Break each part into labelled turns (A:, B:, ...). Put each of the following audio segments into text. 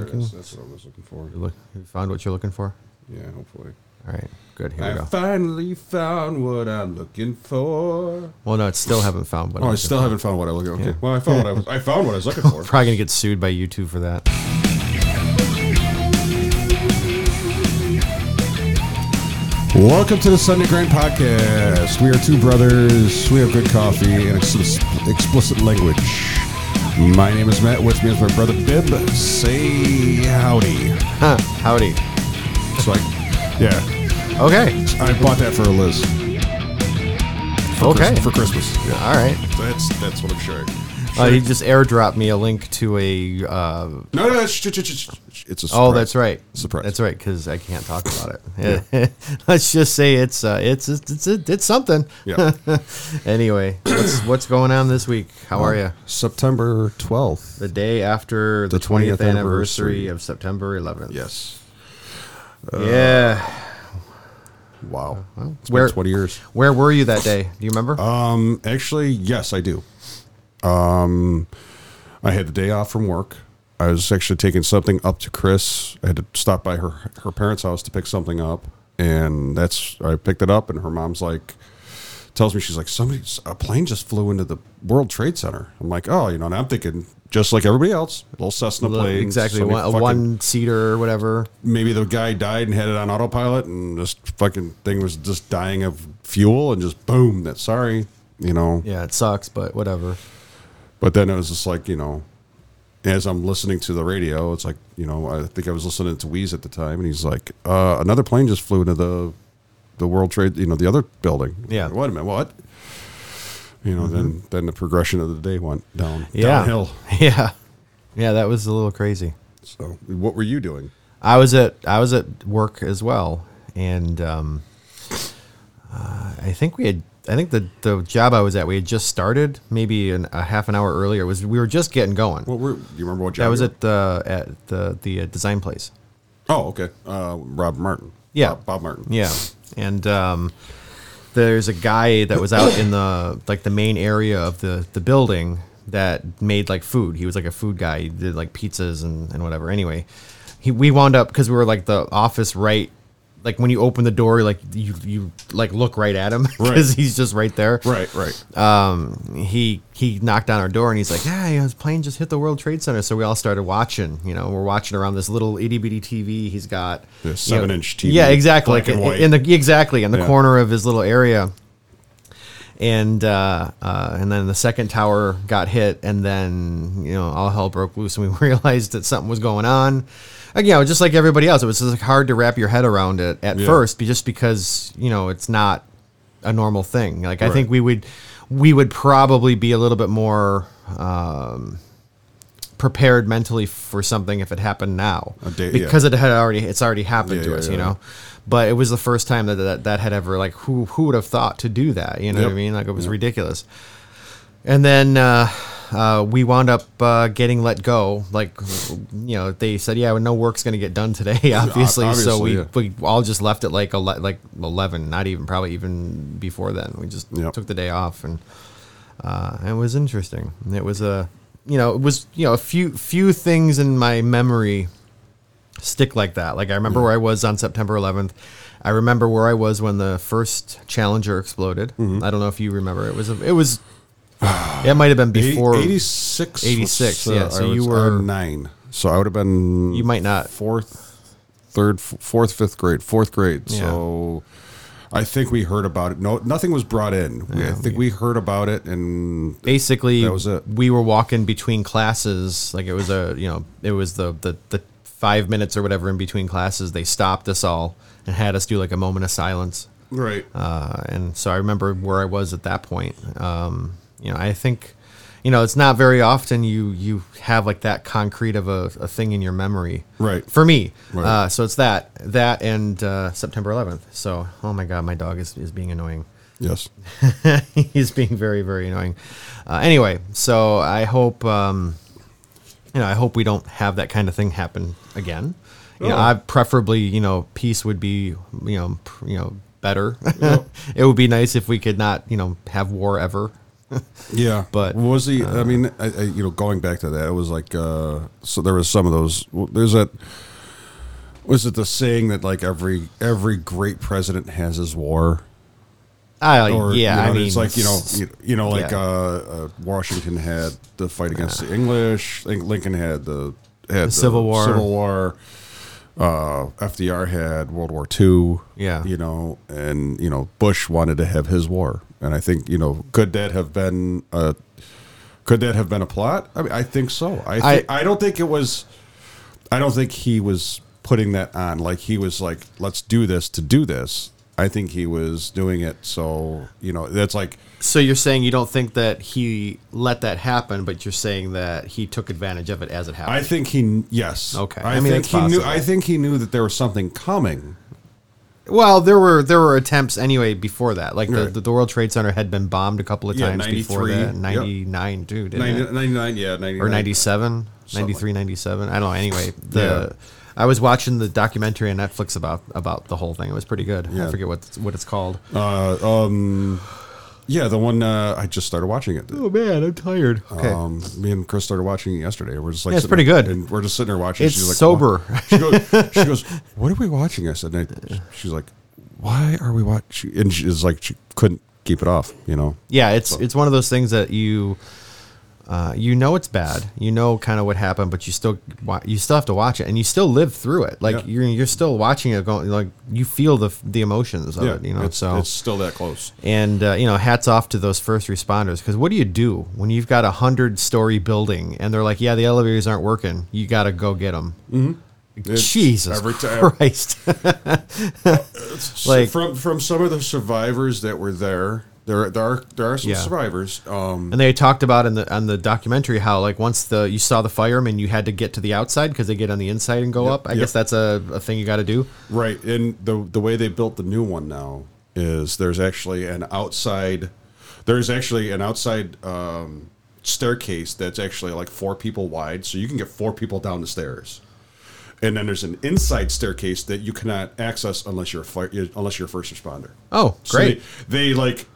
A: looking?
B: Yes, that's what I was looking for.
A: You look, you found what you're looking for.
B: Yeah, hopefully.
A: All right, good. Here
B: I
A: we go.
B: finally found what I'm looking for.
A: Well, no, I still haven't found what.
B: Oh,
A: I'm
B: I
A: looking
B: still
A: for.
B: haven't found what I was looking. Okay.
A: Yeah.
B: Well, I found what I was. I found what I was looking for.
A: Probably gonna get sued by YouTube for that.
B: Welcome to the Sunday Grind Podcast. We are two brothers. We have good coffee and ex- explicit language. My name is Matt. With me is my brother Bib. Say howdy.
A: Huh, howdy.
B: It's like, yeah,
A: Okay.
B: I bought that for Liz. For
A: Okay.
B: Christ- for Christmas. Yeah.
A: All right.
B: That's that's what I'm sharing.
A: Uh, he just airdropped me a link to a. Uh,
B: No, no, it's, it's, it's a surprise.
A: oh, that's right.
B: Surprise.
A: That's right, because I can't talk about it. Let's just say it's uh, it's it's it's, it's something.
B: Yeah.
A: anyway, what's what's going on this week? How are you?
B: September 12th.
A: The day after the, 20th,
B: 20th
A: anniversary,
B: anniversary.
A: of September 11th.
B: Yes.
A: yeah.
B: Wow. It's been
A: Oh, Where-
B: 20 years.
A: Where were you that day? Do you remember?
B: Um, actually, yes, I do. Um, I had the day off from work. I was actually taking something up to Chris. I had to stop by her her parents' house to pick something up, and that's I picked it up, and her mom's like, tells me she's like, somebody a plane just flew into the World Trade Center. I'm like, oh, you know, and I'm thinking just like everybody else, little Cessna
A: Look,
B: plane,
A: exactly.
B: somebody
A: One, a
B: fucking-
A: one seater or whatever.
B: maybe the guy died and had it on autopilot and this fucking thing was just dying of fuel and just boom that sorry you know
A: Yeah, it sucks, but whatever.
B: but then it was just like you know as i'm listening to the radio it's like you know i think i was listening to Wheeze at the time and he's like uh, another plane just flew into the the world trade you know the other building
A: Yeah. Mm-hmm.
B: wait a minute what you know then then the progression of the day went down
A: Yeah.
B: downhill
A: Yeah. Yeah, that was a little crazy.
B: so what were you doing
A: I was at I was at work as well, and um, uh, I think we had I think the the job I was at we had just started maybe an, a half an hour earlier It was we were just getting going.
B: what were do you remember what job
A: that was
B: you
A: at the at the the uh, design place.
B: were- oh okay uh, rob martin
A: Yeah.
B: bob, bob martin
A: Yeah, and um, there's a guy that was out in the like the main area of the the building that made like food. He was like a food guy. He did like pizzas and and whatever. Anyway, he we wound up because we were like the office right. Like when you open the door, like you you like look right at him
B: Right.
A: because he's just right there.
B: right right
A: Um, he he knocked on our door and he's like, "Yeah, his plane just hit the World Trade Center." So we all started watching. You know, we're watching around this little itty bitty TV he's got.
B: The
A: You know,
B: seven-inch TV,
A: Yeah, exactly.
B: black and
A: in-
B: white.
A: In the exactly in the
B: Yeah.
A: corner of his little area. And uh, uh, and then the second tower got hit, and then you know all hell broke loose, and we realized that something was going on. Again, you know, just like everybody else, it was just hard to wrap your head around it at
B: Yeah.
A: first, be- just because you know it's not a normal thing. Like I
B: Right.
A: think we would we would probably be a little bit more um, prepared mentally for something if it happened now
B: A day- yeah.
A: because it had already it's already happened
B: Yeah,
A: to
B: yeah,
A: us,
B: yeah.
A: you know. But it was the first time that, that that had ever like who who would have thought to do that? You know what
B: Yep.
A: I mean? Like it was ridiculous. And then uh, uh, we wound up uh, getting let go. Like you know, they said, "Yeah, well, no work's going to get done today." Obviously, so
B: obviously,
A: we,
B: yeah.
A: we all just left at like ele- like eleven, not even probably even before then. We just
B: Yep.
A: took the day off, and uh, it was interesting. It was a you know it was you know a few few things in my memory stick like that. Like I remember where I was on September 11th. I remember where I was when the first Challenger exploded. I don't know if you remember. It was a, it was it might have been before.
B: 86
A: 86, yeah, so
B: uh, I
A: you
B: was-
A: were-
B: I'm nine so i would have been
A: You might not.
B: fourth third f- fourth fifth grade fourth grade so i think we heard about it no nothing was brought in We- i think we heard about it and
A: Basically,
B: That was it.
A: we were walking between classes. Like it was a you know it was the the the five minutes or whatever in between classes. They stopped us all and had us do like a moment of silence.
B: right
A: uh, and so I remember where I was at that point. Um, you know, I think, you know, it's not very often you you have like that concrete of a, a thing in your memory,
B: Right.
A: For me,
B: Right.
A: Uh, so it's that that and uh, September 11th. So, oh my God, my dog is is being annoying.
B: yes
A: He's being very very annoying. Uh, anyway, so I hope. Um, you know, I hope we don't have that kind of thing happen again. You know,
B: Oh.
A: I preferably, you know, peace would be, you know, pr- you know, better. it would be nice if we could not, you know, have war ever.
B: Yeah,
A: But, uh,
B: was he? I mean, I, I, you know, going back to that, it was like uh, so. There was some of those. well, There's that. Was it the saying that like every every great president has his war?
A: I
B: Or
A: yeah,
B: you know,
A: I mean
B: it's like you know,
A: s-
B: you, you know, like
A: yeah.
B: uh, uh, Washington had the fight against the English. I think Lincoln had the had the
A: Civil War.
B: Civil War. Uh, FDR had World War Two.
A: Yeah.
B: you know, and you know, Bush wanted to have his war, and I think you know, could that have been a could that have been a plot? I mean, I think so. I
A: I-
B: thi- I don't think it was. I don't think he was putting that on. Like he was like, let's do this to do this. I think he was doing it. So you know, that's like
A: So you're saying you don't think that he let that happen, but you're saying that he took advantage of it as it happened.
B: I think he yes.
A: Okay.
B: I,
A: I mean,
B: think
A: it's
B: he knew.
A: possible.
B: I think he knew that there was something coming.
A: well, there were there were attempts anyway before that. Like
B: Right.
A: the, the World Trade Center had been bombed a couple of
B: Yeah,
A: times before
B: 93,
A: that.
B: yep.
A: 99 too, didn't it?
B: 90, 99, yeah, 99.
A: or 97 93 97 i don't know anyway the i was watching the documentary on netflix about about the whole thing it was pretty good
B: Yeah.
A: i forget what it's, what it's called
B: Uh, um, yeah, the one uh, I just started watching it.
A: oh man i'm tired okay
B: Um, me and Chris started watching it yesterday. We're just like,
A: Yeah, it's
B: sitting
A: pretty
B: there-
A: good.
B: And we're just sitting there watching.
A: It's
B: like,
A: sober.
B: "What?" She goes, she goes, "What are we watching?" I said, and I, "She's like, why are we watching?" And she's like, she couldn't keep it off. You know,
A: yeah it's it's one of those things that you uh, you know it's bad. You know kind of what happened, but you still wa- you still have to watch it, and you still live through it. Like
B: Yeah.
A: you're you're still watching it, going like you feel the f- the emotions of it. You know,
B: it's,
A: so
B: it's still that close.
A: And uh, you know, hats off to those first responders because what do you do when you've got a hundred-story building and they're like, "Yeah, the elevators aren't working. You got to go get them."
B: It's Mm-hmm.
A: Jesus
B: every time.
A: Christ!
B: So
A: Like-
B: from from some of the survivors that were there, there there are there are some
A: Yeah.
B: survivors. Um,
A: and they talked about in the on the documentary how like once the you saw the firemen, you had to get to the outside because they get on the inside and go up. I
B: yep.
A: guess that's a, a thing you got to do.
B: Right, and the the way they built the new one now is there's actually an outside, there's actually an outside um, staircase that's actually like four people wide, so you can get four people down the stairs, and then there's an inside staircase that you cannot access unless you're a fire, unless you're a first responder.
A: Oh,
B: So
A: great!
B: they, they like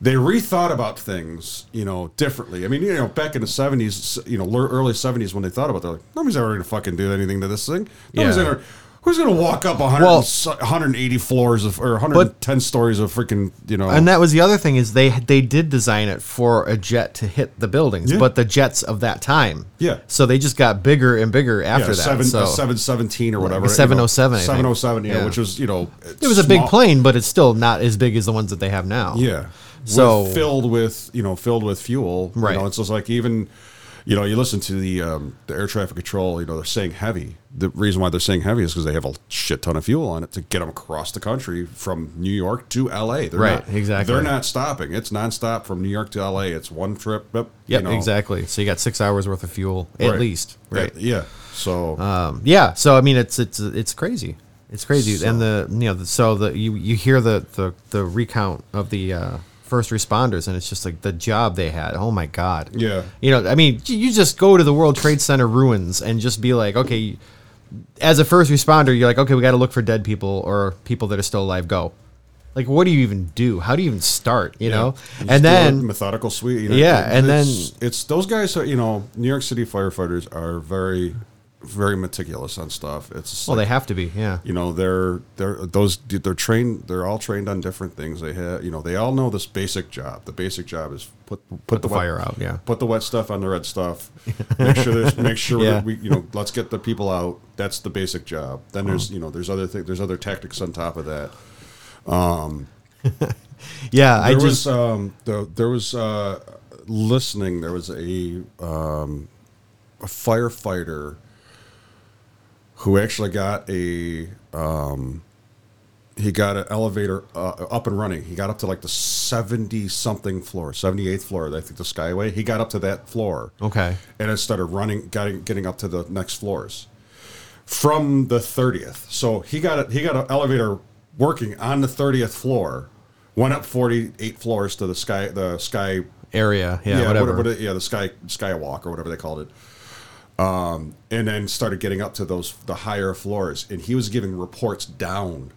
B: they rethought about things, you know, differently. I mean, you know, back in the seventies, you know, lear- early seventies, when they thought about, it, they're like, nobody's ever going to fucking do anything to this thing. Nobody's
A: Yeah.
B: ever, who's going to walk up 100,
A: Well-
B: 180 floors of or 110 stories of freaking, you know,
A: and that was the other thing is they they did design it for a jet to hit the buildings,
B: Yeah.
A: but the jets of that time.
B: Yeah.
A: So they just got bigger and bigger
B: yeah,
A: after that.
B: seven,
A: so.
B: a 717 or whatever,
A: a 707, I think.
B: seven oh seven, yeah,
A: Yeah.
B: which was you know,
A: It was a big plane, but it's still not as big as the ones that they have now.
B: Yeah.
A: So-
B: With- filled with you know filled with fuel.
A: Right.
B: You know, it's just like even you know you listen to the um, the air traffic control. You know they're saying heavy. The reason why they're saying heavy is because they have a shit ton of fuel on it to get them across the country from New York to L.A. They're
A: Right,
B: not-
A: exactly.
B: They're not stopping. It's nonstop from New York to L.A. It's one trip. Yep.
A: Yep, exactly. So you got six hours worth of fuel at least, right?
B: Yeah. So
A: Um, yeah. So I mean, it's it's it's crazy. It's crazy. And the you know the, so the you you hear the the, the recount of the uh, first responders, and it's just like the job they had. Oh my god.
B: Yeah.
A: You know, I mean, you- you just go to the World Trade Center ruins and just be like, okay. As a first responder, you're like, okay, we got to look for dead people or people that are still alive. Go. Like, what do you even do? How do you even start? You know,
B: You just
A: and
B: do a
A: then
B: methodical sweep. you
A: Yeah,
B: it-
A: and
B: it's-
A: then-
B: it's those guys. Are, you know, New York City firefighters are very, very meticulous on stuff. It's just
A: Well,
B: like,
A: they have to be, yeah.
B: you know they're they're those they're trained they're all trained on different things they have you know they all know this basic job the basic job is put put,
A: the
B: wet-
A: fire out, yeah.
B: put the wet stuff on the red stuff make sure there's make sure
A: Yeah.
B: that we you know let's get the people out that's the basic job then there's
A: Uh-huh.
B: you know there's other things there's other tactics on top of that
A: Yeah, I
B: there was
A: just
B: um, the, there was uh, listening. There was a um, a firefighter who actually got a um, he got an elevator uh, up and running. He got up to like the seventy something floor, seventy eighth floor. I think the Skyway. He got up to that floor
A: okay.
B: and it started running, getting getting up to the next floors from the thirtieth. So he got a, he got an elevator working on the thirtieth floor, went up forty eight floors to the sky the sky
A: Area, yeah,
B: what-
A: whatever.
B: what- yeah the sky skywalk or whatever they called it. Um, and then started getting up to those the higher floors, and he was giving reports down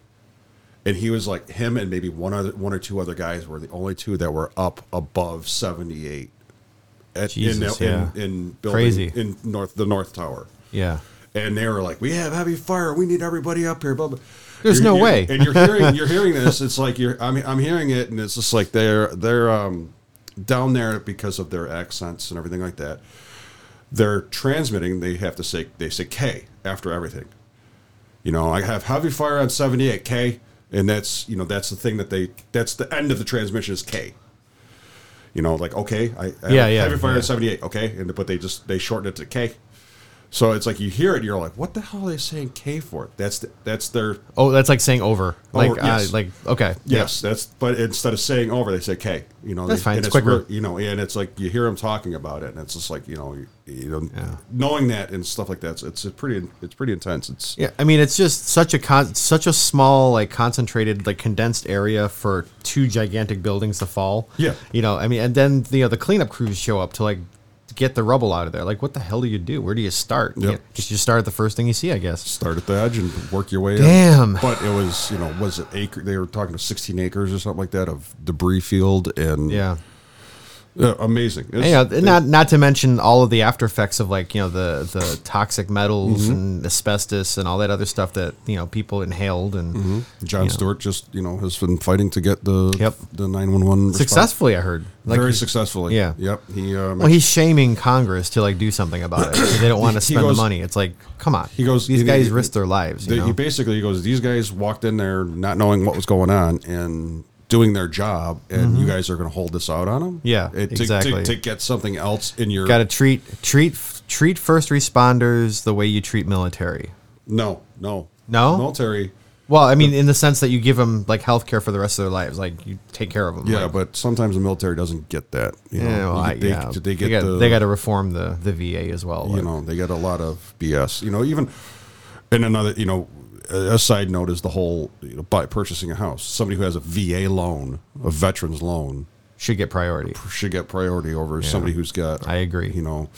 B: and he was like him and maybe one other one or two other guys were the only two that were up above 78 at,
A: Jesus,
B: in,
A: yeah.
B: in, in building
A: Crazy.
B: in north the north tower
A: Yeah.
B: and they were like, "We have heavy fire. We need everybody up here." Blah, blah.
A: There's
B: You're-
A: no
B: you're-
A: way.
B: And you're hearing you're hearing this. It's like you're I'm I'm hearing it, and it's just like they're they're um down there because of their accents and everything like that. They're transmitting. They have to say they say K after everything. You know, I have heavy fire on 78 K, and that's you know that's the thing that they that's the end of the transmission is K. You know, like okay, I, I
A: Yeah,
B: have
A: yeah,
B: heavy fire
A: yeah.
B: on 78 okay, and but they just they shorten it to K. So it's like you hear it, you're like, what the hell are they saying K for? That's the, that's their
A: Oh, that's like saying over. Like,
B: Over,
A: uh,
B: yes.
A: like okay.
B: yes. That's but instead of saying over, they say K. You know,
A: That's
B: they-
A: fine,
B: And
A: it's quicker.
B: real- you know, and it's like you hear them talking about it, and it's just like you know, you, you know,
A: Yeah.
B: knowing that and stuff like that. It's, it's a pretty it's pretty intense. It's
A: Yeah, I mean it's just such a con- such a small like concentrated like condensed area for two gigantic buildings to fall.
B: Yeah.
A: you know, I mean, and then you know the cleanup crews show up to like get the rubble out of there. Like, what the hell do you do? Where do you start?
B: Yep.
A: You just you start at the first thing you see, I guess.
B: start at the edge and work your way. up.
A: Damn.
B: But it was you know was it acre? They were talking to 16 acres or something like that of debris field and
A: Yeah,
B: uh, amazing. It's-
A: you know,
B: it-
A: not not to mention all of the after effects of like you know the the toxic metals and asbestos and all that other stuff that you know people inhaled and
B: John Stewart just you know has been fighting to get the
A: Yep.
B: the 911 response.
A: successfully, I heard. Like,
B: very successfully.
A: Yeah.
B: Yep. He um,
A: Well, he's shaming Congress to like do something about it. 'cause They don't want to
B: He
A: spend
B: goes-
A: the money. It's like, come on.
B: he goes-
A: These
B: he-
A: guys
B: he-
A: risk their lives. You
B: They-
A: know?
B: He basically goes, these guys walked in there not knowing what was going on and doing their job, and you guys are going to hold this out on them.
A: Mm-hmm. Yeah,
B: It- to- to,
A: exactly.
B: To, get something else in your
A: Got to treat treat treat first responders the way you treat military.
B: no, no,
A: No?
B: military.
A: Well, I mean, in the sense that you give them like health care for the rest of their lives, like you take care of them.
B: Yeah,
A: like,
B: but sometimes the military doesn't get that. You know,
A: yeah, well, I-
B: You- they,
A: yeah.
B: they get
A: got,
B: the,
A: they got to reform the the VA as well.
B: you
A: like-
B: know they get a lot of BS. You know, even and another you know a a side note is the whole you know, by purchasing a house. Somebody who has a VA loan, a veterans loan,
A: should get priority.
B: should get priority over somebody who's got.
A: I agree.
B: You know,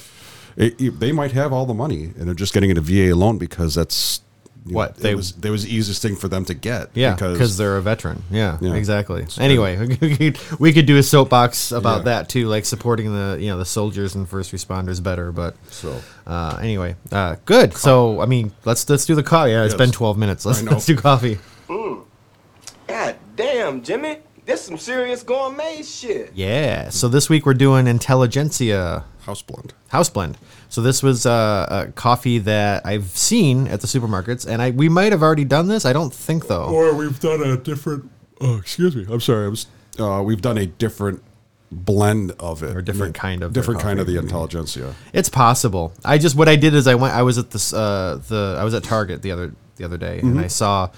B: it, it- they might have all the money and they're just getting a VA loan because that's you
A: What
B: know,
A: they-
B: it was. That was the easiest thing for them to get.
A: Yeah, because
B: because
A: they're a veteran. Yeah,
B: Yeah.
A: exactly. Anyway, we could- we could do a soapbox about
B: Yeah.
A: that too, like supporting the you know the soldiers and first responders better. But
B: So.
A: uh, anyway, uh, good. So I mean, let's let's do the coffee. Yeah, it's
B: Yes.
A: been twelve minutes. Let's
B: I know.
A: let's do coffee.
C: God damn, Jimmy. This some serious gourmet shit.
A: Yeah. So this week we're doing Intelligentsia
B: house blend.
A: House Blend. So this was uh, a coffee that I've seen at the supermarkets, and I we might have already done this. I don't think though.
B: Or we've done a different. Oh, excuse me. I'm sorry. I was. Uh, we've done a different blend of it,
A: Or different kind of their
B: different kind of
A: coffee.
B: the intelligentsia.
A: It's possible. I just what I did is I went. I was at this uh, the I was at Target the other the other day, and I saw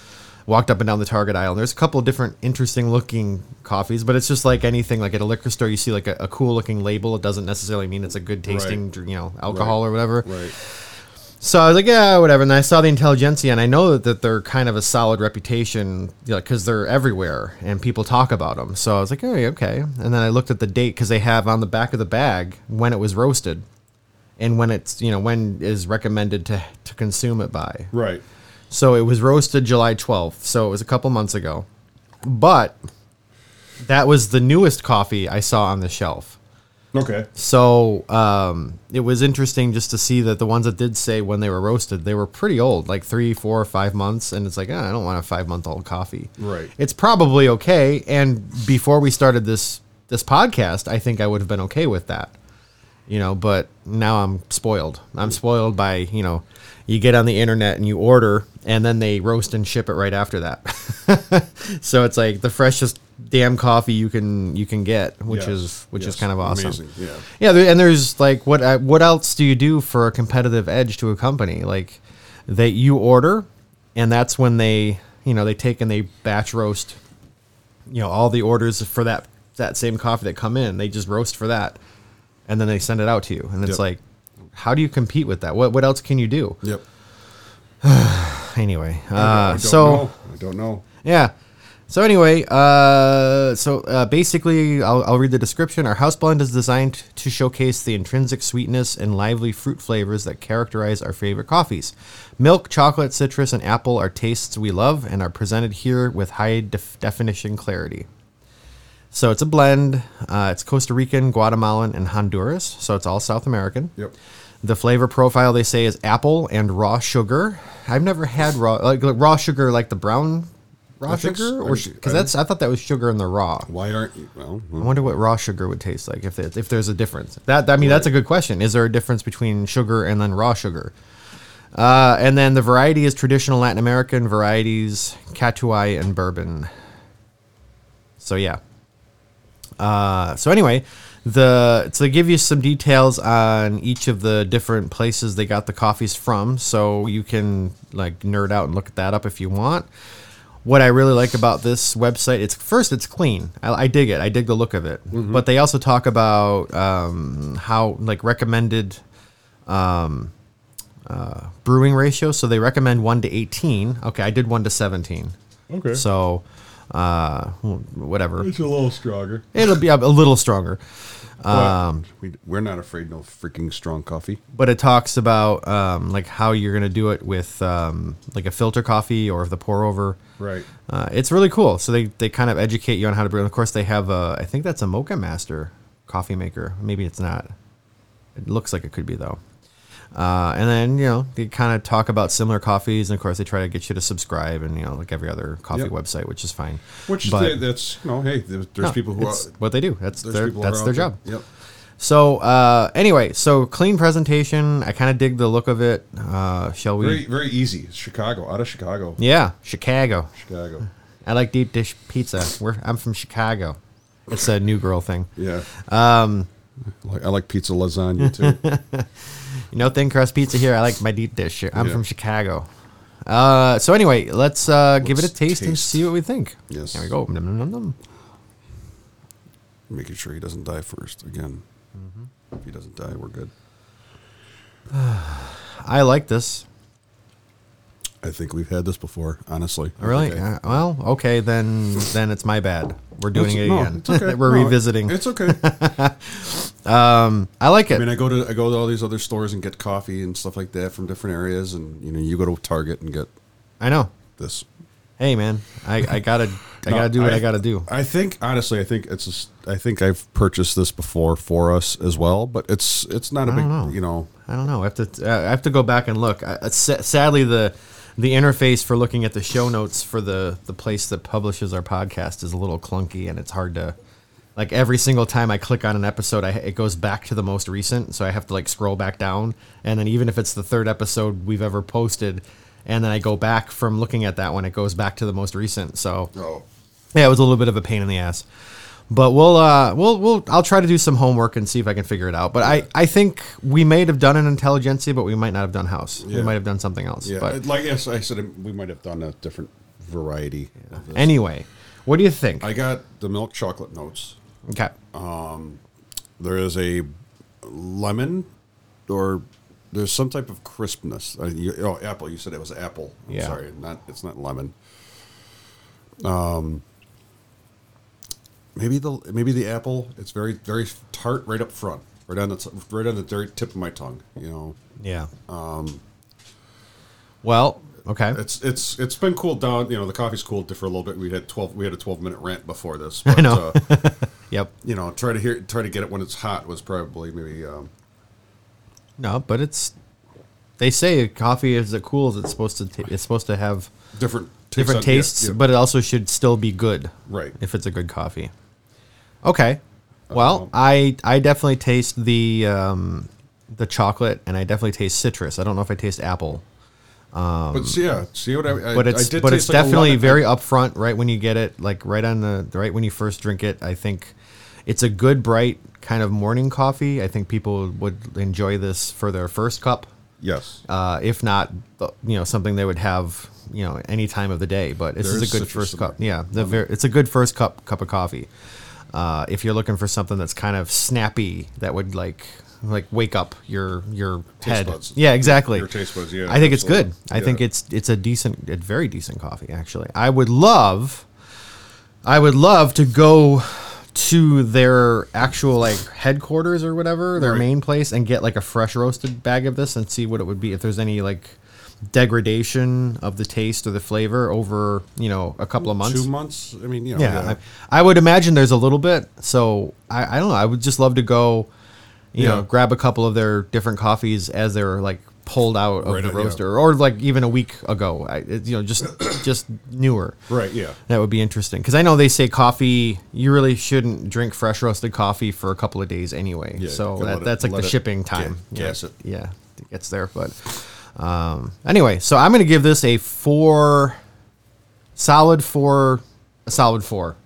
A: walked up and down the Target aisle. And there's a couple of different interesting looking coffees, but it's just like anything. Like at a liquor store, you see like a, a cool looking label. It doesn't necessarily mean it's a good tasting, you know, alcohol or whatever.
B: Right.
A: So I was like, yeah, whatever. And I saw the intelligentsia, and I know that, that they're kind of a solid reputation because they're everywhere and people talk about them. So I was like, hey, okay. And then I looked at the date because they have on the back of the bag when it was roasted and when it's, you know, when is recommended to, to consume it by.
B: Right.
A: So it was roasted July 12th. So it was a couple months ago. But that was the newest coffee I saw on the shelf.
B: Okay.
A: So um, it was interesting just to see that the ones that did say when they were roasted, they were pretty old, like three, four, five months. And it's like, ah, I don't want a five month old coffee.
B: Right.
A: It's probably okay. And before we started this this podcast, I think I would have been okay with that. You know, but now I'm spoiled. I'm spoiled by you know, you get on the internet and you order, and then they roast and ship it right after that. so it's like the freshest damn coffee you can you can get, which
B: Yes.
A: is which is
B: Yes.
A: kind of awesome.
B: Amazing. Yeah.
A: Yeah, there, and there's like what uh, what else do you do for a competitive edge to a company like that you order, and that's when they you know they take and they batch roast, you know all the orders for that that same coffee that come in they just roast for that, and then they send it out to you, and it's
B: Yep.
A: like, how do you compete with that? What what else can you do?
B: Yep.
A: Anyway,
B: I
A: uh,
B: don't
A: so
B: know. I don't know.
A: yeah, So anyway, uh, so uh, basically, I'll, I'll read the description. Our house blend is designed to showcase the intrinsic sweetness and lively fruit flavors that characterize our favorite coffees. Milk, chocolate, citrus, and apple are tastes we love and are presented here with high def- definition clarity. So it's a blend. Uh, it's Costa Rican, Guatemalan, and Honduras. So it's all South American.
B: Yep.
A: The flavor profile they say is apple and raw sugar. I've never had raw like, like raw sugar like the brown raw
B: I think
A: sugar
B: so.
A: or
B: I-
A: because
B: I-
A: that's I thought that was sugar in the raw.
B: Why aren't you? Well,
A: I wonder what raw sugar would taste like if there, if there's a difference. That I mean that's a good question. Is there a difference between sugar and then raw sugar? Uh, and then the variety is traditional Latin American varieties, Catuai and bourbon. So yeah. Uh, so anyway, the to give you some details on each of the different places they got the coffees from, so you can like nerd out and look that up if you want. What I really like about this website, it's first, it's clean. I, I dig it. I dig the look of it. But they also talk about um, how like recommended um, uh, brewing ratio. So they recommend one to eighteen. Okay, I did one to seventeen.
B: Okay.
A: So uh, whatever.
B: a little stronger.
A: It'll be a, a little stronger,
B: Um, we, we're not afraid no freaking strong coffee.
A: but it talks about um, like how you're gonna do it with um, like a filter coffee or the pour over.
B: Right.
A: Uh, it's really cool. So they, they kind of educate you on how to brew. And of course, they have a I think that's a Mocha Master coffee maker. Maybe it's not. It looks like it could be though. Uh, and then you know they kind of talk about similar coffees, and of course they try to get you to subscribe, and you know like every other coffee
B: Yep.
A: website, which is fine.
B: Which
A: But-
B: is that's you know, hey, there- there's
A: No,
B: people who are,
A: it's what they do. That's
B: there's
A: their
B: people who
A: that's
B: are
A: their
B: out there. Yep.
A: job. So uh, anyway, so clean presentation. I kind of dig the look of it. Uh, shall we?
B: Very very easy. It's Chicago, out of Chicago.
A: Yeah, Chicago.
B: Chicago.
A: I like deep dish pizza. We're, I'm from Chicago. It's a new girl thing.
B: Yeah. Um, I like pizza lasagna too.
A: You know, thin crust pizza here. I like my deep dish. here. I'm
B: Yeah.
A: from Chicago. Uh, so anyway, let's uh, give it a
B: Let's
A: taste, and
B: taste.
A: see what we think.
B: Yes.
A: There we go. Nom, nom, nom, nom.
B: Making sure he doesn't die first again.
A: Mm-hmm.
B: If he doesn't die, we're good.
A: I like this.
B: I think we've had this before, honestly.
A: Really?
B: Okay.
A: Uh, well, okay then. Then it's my bad. We're doing
B: It's-
A: it
B: no,
A: again.
B: it's okay.
A: We're
B: No,
A: revisiting.
B: It's okay. I
A: I like it.
B: mean, I go to I go to all these other stores and get coffee and stuff like that from different areas, and you know, you go to Target and get
A: I know.
B: this.
A: Hey man, I, I gotta I
B: No,
A: gotta do what I, gotta do.
B: I think honestly, I think it's just, I think I've purchased this before for us as well, but it's it's not a big
A: don't know.
B: you know.
A: I don't know. I have to uh, I have to go back and look. I, uh, sa- sadly, the the interface for looking at the show notes for the the place that publishes our podcast is a little clunky, and it's hard to like every single time I click on an episode, I, it goes back to the most recent, so I have to like scroll back down, and then even if it's the third episode we've ever posted. And then I go back from looking at that one. It goes back to the most recent. So
B: Oh,
A: Yeah, it was a little bit of a pain in the ass. But we'll uh we'll we'll I'll try to do some homework and see if I can figure it out. But I I think we may have done an intelligentsia, but we might not have done house. We
B: Yeah.
A: might have done something else.
B: yeah.
A: But
B: like yes, I said we might have done a different variety. of this.
A: anyway, what do you think?
B: I got the milk chocolate notes.
A: okay.
B: There is a lemon, or there's some type of crispness. Uh, you, oh, apple. You said it was apple. I'm
A: Yeah.
B: Sorry, not it's not lemon. Um, maybe the maybe the apple. It's very very tart right up front, right on the t- right on the very tip of my tongue. You know,
A: Yeah. Um Well, okay.
B: it's it's it's been cooled down. You know, the coffee's cooled for a little bit. We had twelve. We had a twelve minute rant before this. But,
A: know.
B: Uh,
A: Yep.
B: you know, try to hear try to get it when it's hot was probably maybe. Um,
A: No, but it's they say coffee is as cool as it's supposed to ta it's supposed to have
B: different
A: different
B: yeah,
A: tastes,
B: yeah.
A: but it also should still be good.
B: Right.
A: If it's a good coffee. Okay. Well, I I definitely taste the um, the chocolate, and I definitely taste citrus. I don't know if I taste apple,
B: but see, yeah, see what I, I
A: um, but it's
B: I did
A: but
B: taste
A: it's
B: like a
A: definitely
B: lemon.
A: very upfront, right when you get it, like right on the right when you first drink it. I think it's a good bright kind of morning coffee. I think people would enjoy this for their first cup.
B: yes.
A: Uh, if not, th- you know, something they would have, you know, any time of the day. But this
B: There
A: is
B: is
A: a good
B: citrus
A: first
B: in
A: cup.
B: there.
A: Yeah, the ver- it's a good first cup cup of coffee. Uh, if you're looking for something that's kind of snappy, that would like like wake up your your head.
B: buds.
A: Yeah, exactly.
B: Your taste buds, yeah,
A: I think it's
B: absolutely.
A: good. I think
B: Yeah.
A: it's it's a decent, a very decent coffee actually. I would love I would love to go to their actual like headquarters or whatever, their
B: Right.
A: main place, and get like a fresh roasted bag of this and see what it would be if there's any like degradation of the taste or the flavor over you know a couple of months.
B: Two months. I mean, you know,
A: yeah, I, I would imagine there's a little bit. So I, I don't know. I would just love to go, you
B: Yeah.
A: know, grab a couple of their different coffees as they're like pulled out of
B: Right,
A: the
B: yeah.
A: roaster, or like even a week ago. I, it- you know, just just newer.
B: Right, yeah.
A: That would be interesting because I know they say coffee. You really shouldn't drink fresh roasted coffee for a couple of days anyway.
B: Yeah,
A: so
B: you
A: that,
B: let it-
A: that's like
B: let
A: the
B: it
A: shipping
B: ga-
A: time. Yeah,
B: gas it.
A: Yeah, it gets there. But um, anyway, so I'm gonna give this a four, solid four, a solid four,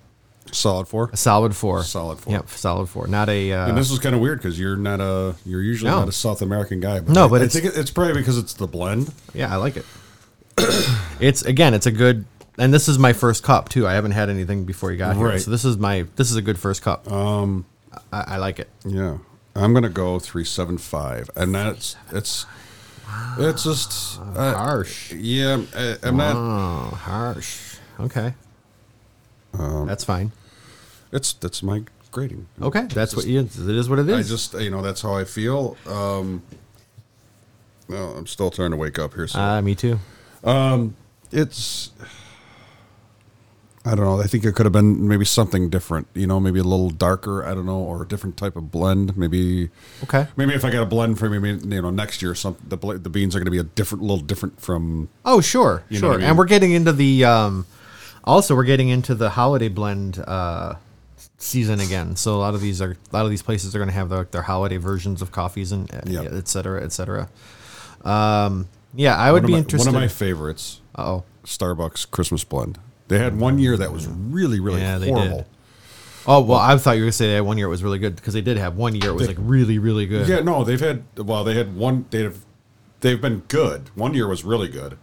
B: solid four.
A: a solid four,
B: Solid four.
A: Yep, solid four. Not a. Uh,
B: And this is kind of weird because you're not a you're usually
A: No.
B: not a South American guy.
A: No,
B: I-
A: but
B: I
A: it's-
B: think it- it's probably because it's the blend.
A: Yeah, I like it. it's again, it's a good, and this is my first cup too. I haven't had anything before you got here,
B: Right.
A: so this is my this is a good first cup. Um, I, I like it.
B: Yeah, I'm gonna go three seven five, and that's it's it's just uh,
A: Harsh.
B: Yeah, I, I'm not.
A: Oh, harsh. Okay.
B: Um,
A: that's fine.
B: It's that's my grading.
A: Okay, that's what you. It is what it
B: I
A: is.
B: just you know that's how I feel. Um, no, I'm still trying to wake up here. So
A: uh, me too.
B: it's I don't know. I think it could have been maybe something different. You know, maybe a little darker. I don't know, or a different type of blend. Maybe
A: Okay.
B: Maybe if I got a blend for maybe you know next year, some the bl- the beans are going to be a different, little different from.
A: Oh, sure,
B: You know
A: sure.
B: what I mean?
A: And we're getting into the. Um, also, we're getting into the holiday blend uh, season again. So a lot of these are a lot of these places are going to have their, their holiday versions of coffees and uh,
B: Yeah.
A: et cetera, et cetera. Um, yeah, I would
B: One of
A: be
B: my-
A: interested.
B: One of my favorites,
A: oh,
B: Starbucks Christmas blend. They had one year that was really, really
A: Yeah, they
B: horrible.
A: oh well, I thought you were going to say that one year it was really good because they did have one year it was like really, really good.
B: Yeah, no, they've had. Well, they had one. They've they've been good. One year was really good,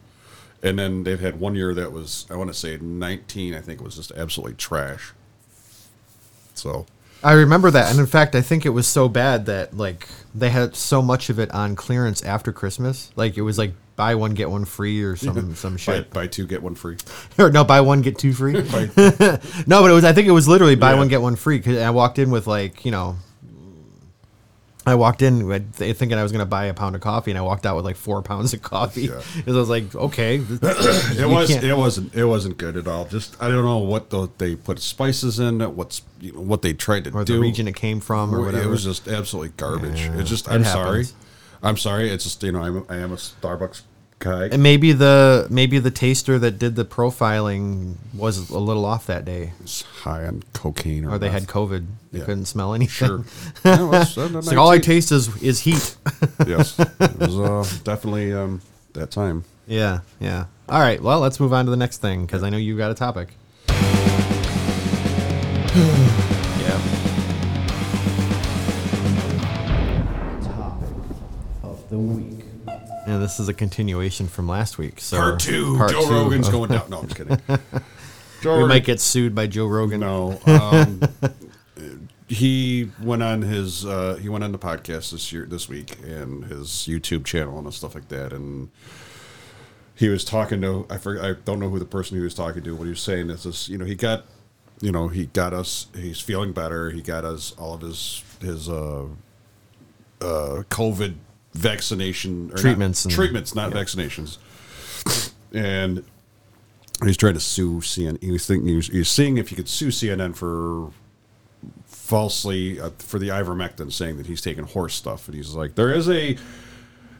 B: and then they've had one year that was I want to say nineteen. I think was just absolutely trash. So
A: I remember that, and in fact, I think it was so bad that like they had so much of it on clearance after Christmas. Like it was like buy one get one free or some some
B: buy,
A: shit.
B: buy two get one free.
A: or no, buy one get two free.
B: Buy-
A: No, but it was. I think it was literally buy
B: Yeah.
A: one get one free. Cause I walked in with like you know, I walked in with- th- thinking I was gonna buy a pound of coffee, and I walked out with like four pounds of coffee.
B: Yeah.
A: 'Cause I was like, okay, th-
B: It
A: you
B: was.
A: can't-
B: It wasn't. It wasn't good at all. Just I don't know what the, they put spices in. What's you know, what they tried to
A: or
B: do.
A: the region it came from, or whatever.
B: It was just absolutely garbage. It's just.
A: It
B: I'm sorry.
A: happens.
B: I'm sorry. It's just you know I'm I am a Starbucks guy.
A: and maybe the maybe the taster that did the profiling was a little off that day,
B: It's high on cocaine or,
A: or Oh, they had
B: meth.
A: COVID. They
B: Yeah.
A: couldn't smell anything.
B: Sure. No, it's- uh,
A: It's like all I
B: 19.
A: taste is is heat.
B: Yes, it was uh, definitely um, that time.
A: yeah, yeah. All right. Well, let's move on to the next thing because I know you got a topic.
B: Yeah.
A: of the week. And this is a continuation from last week. So
B: Part two.
A: part
B: Joe
A: two
B: Rogan's
A: of-
B: going down. No, I'm just kidding. Joe
A: We
B: Rogan-
A: might get sued by Joe Rogan.
B: No, um, he went on his uh, he went on the podcast this year this week and his YouTube channel and stuff like that, and he was talking to I forget I don't know who the person he was talking to. What he was saying is this, you know, he got you know he got us. He's feeling better. He got us all of his his uh, uh, COVID vaccination or not-
A: Treatments and-
B: treatments, not vaccinations, and he's trying to sue CNN. He was thinking he was, he was seeing if he could sue CNN for falsely uh, for the ivermectin, saying that he's taking horse stuff, and he's like, there is a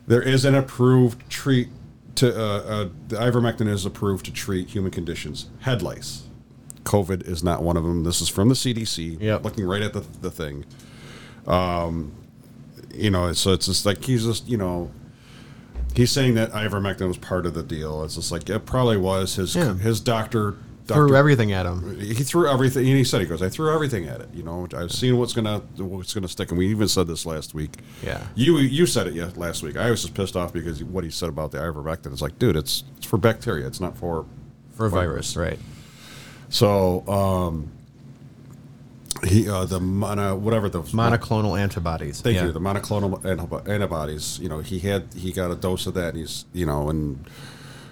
B: there is an approved treat to uh, uh, the ivermectin is approved to treat human conditions, head lice. COVID is not one of them. This is from the CDC.
A: Yep.
B: looking right at the the thing. Um, you know, so it's just like he's just you know He's saying that ivermectin was part of the deal. It's just like it probably was his
A: Yeah.
B: his doctor.
A: Threw
B: doctor
A: everything at him.
B: he threw everything, and he said he goes, "I threw everything at it. You know, I've seen what's gonna what's gonna stick." And we even said this last week.
A: Yeah.
B: you you said it yeah, last week. I was just pissed off because what he said about the ivermectin. It's like, dude, it's it's for bacteria. It's not for
A: For a virus, right.
B: so. um he uh, the mono whatever the
A: Monoclonal antibodies.
B: Thank
A: yeah.
B: you. The monoclonal antib- antibodies. You know, he had he got a dose of that, and he's you know, and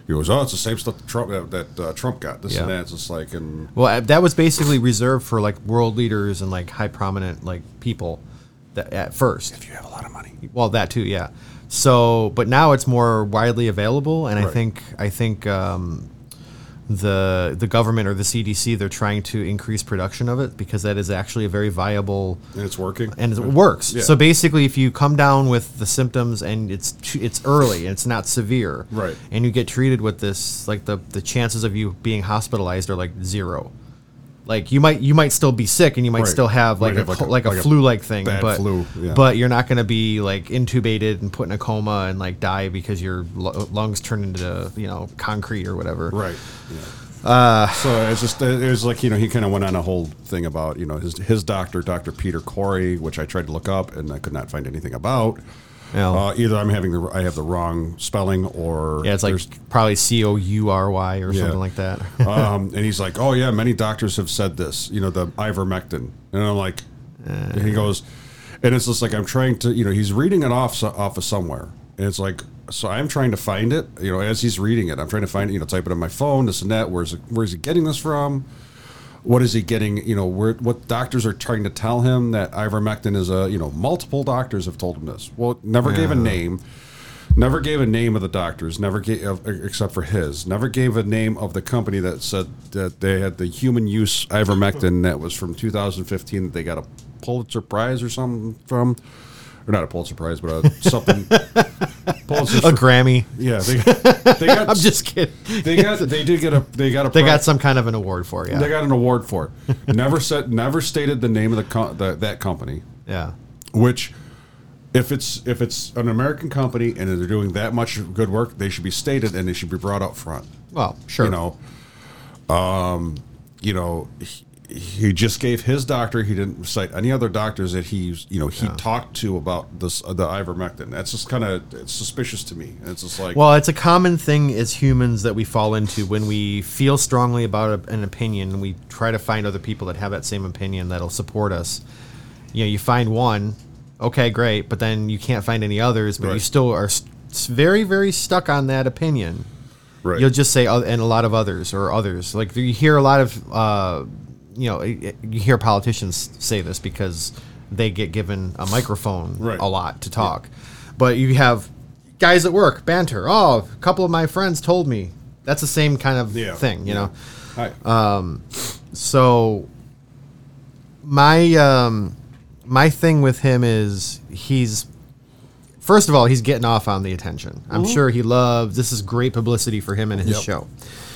B: He goes, oh, it's the same stuff that Trump that, that uh, Trump got. This
A: Yeah.
B: and that. It's just like, and
A: Well, I- that was basically reserved for like world leaders and like high prominent like people that at first.
B: you have a lot of money.
A: Well, that too, yeah. So, but now it's more widely available, and I
B: Right.
A: think I think um, the the government or the CDC they're trying to increase production of it because that is actually a very viable
B: And it's working.
A: and it works.
B: Yeah.
A: So basically, if you come down with the symptoms and it's t- it's early and it's not severe,
B: Right.
A: and you get treated with this, like the the chances of you being hospitalized are like zero. Like you might you might still be sick and you might
B: Right.
A: still have
B: Might
A: like a,
B: have, like,
A: co-
B: a-
A: like a
B: like a
A: flu like thing,
B: bad
A: but
B: flu, yeah.
A: but you're not going to be like intubated and put in a coma and like die because your lu- uh, lungs turn into you know concrete or whatever.
B: Right. Yeah.
A: Uh,
B: so it's just it was like you know he kind of went on a whole thing about you know his his doctor, Doctor Peter Corey, which I tried to look up and I could not find anything about.
A: Yeah.
B: Uh, either I'm having the I have the wrong spelling or
A: Oh. Yeah, it's like
B: there's-
A: probably C O U R Y or
B: Yeah.
A: something like that.
B: um, and he's like, oh yeah, many doctors have said this, you know, the ivermectin, and I'm like, and
A: Uh.
B: he goes, and it's just like I'm trying to, you know, he's reading it off so- off of somewhere, and it's like, so I'm trying to find it, you know, as he's reading it, I'm trying to find, it, you know, type it on my phone, this and that. Where's it, where's he getting this from? What is he getting? You know, where what doctors are trying to tell him that ivermectin is a, you know, multiple doctors have told him this. Well, it never gave a
A: Yeah.
B: name. Never gave a name of the doctors, never gave, of- e, except for his. Never gave a name of the company that said that they had the human use ivermectin that was from 2015 that they got a Pulitzer Prize or something from, or not a Pulitzer Prize, but a something. Pulitzer,
A: a Grammy.
B: yeah, they, they got.
A: I'm just kidding.
B: They got. They did get a. They got a.
A: They got
B: prize-
A: some kind of an award for it, yeah.
B: They got an award for it. Never said. Never stated the name of the, co- the that company
A: yeah.
B: which if it's if it's an American company and they're doing that much good work, they should be stated and they should be brought up front.
A: Well, sure.
B: You know, um, you know, he, he just gave his doctor. He didn't cite any other doctors that he's you know he talked to about this uh, the ivermectin. That's just kind of it's suspicious to me. It's just like
A: Well, it's a common thing as humans that we fall into when we feel strongly about a, an opinion. We try to find other people that have that same opinion that'll support us. You know, you find one, okay, great, but then you can't find any others, but you
B: Right.
A: still are st- s- very, very stuck on that opinion.
B: right.
A: You'll just say, "Oh, and a lot of others or others. Like you hear a lot of, uh, you know, i- i- you hear politicians say this because they get given a microphone
B: Right.
A: a lot to talk. But you have guys at work banter. Oh, a couple of my friends told me. That's the same kind of
B: Yeah.
A: thing, you know. Uh,
B: Hi.
A: So my um, my thing with him is he's first of all he's getting off on the attention. I'm sure he loves this is great publicity for him and his
B: Yep.
A: show.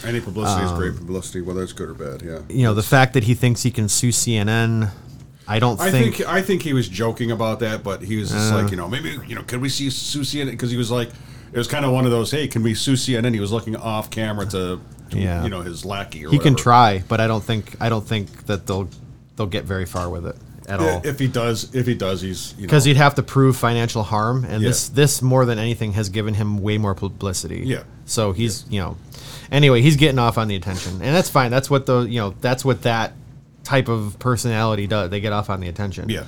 B: Any publicity is
A: um,
B: great publicity, whether it's good or bad. Yeah.
A: you know the fact that he thinks he can sue CNN. I don't
B: I
A: think, Uh.
B: think I think he was joking about that, but he was just like, you know, maybe you know, could we see Susie in it? Because he was like, it was kind of one of those, hey, can we sue CNN? He was looking off camera to, to,
A: Yeah.
B: you know, his lackey. Or
A: he can
B: whatever.
A: try, but I don't think I don't think that they'll they'll get very far with it at all.
B: If he does, if he does, he's you know,
A: because he'd have to prove financial harm, and
B: Yeah.
A: this this more than anything has given him way more publicity.
B: Yeah.
A: So he's you know, anyway, he's getting off on the attention, and that's fine. That's what the you know that's what that type of personality does. They get off on the attention.
B: Yeah.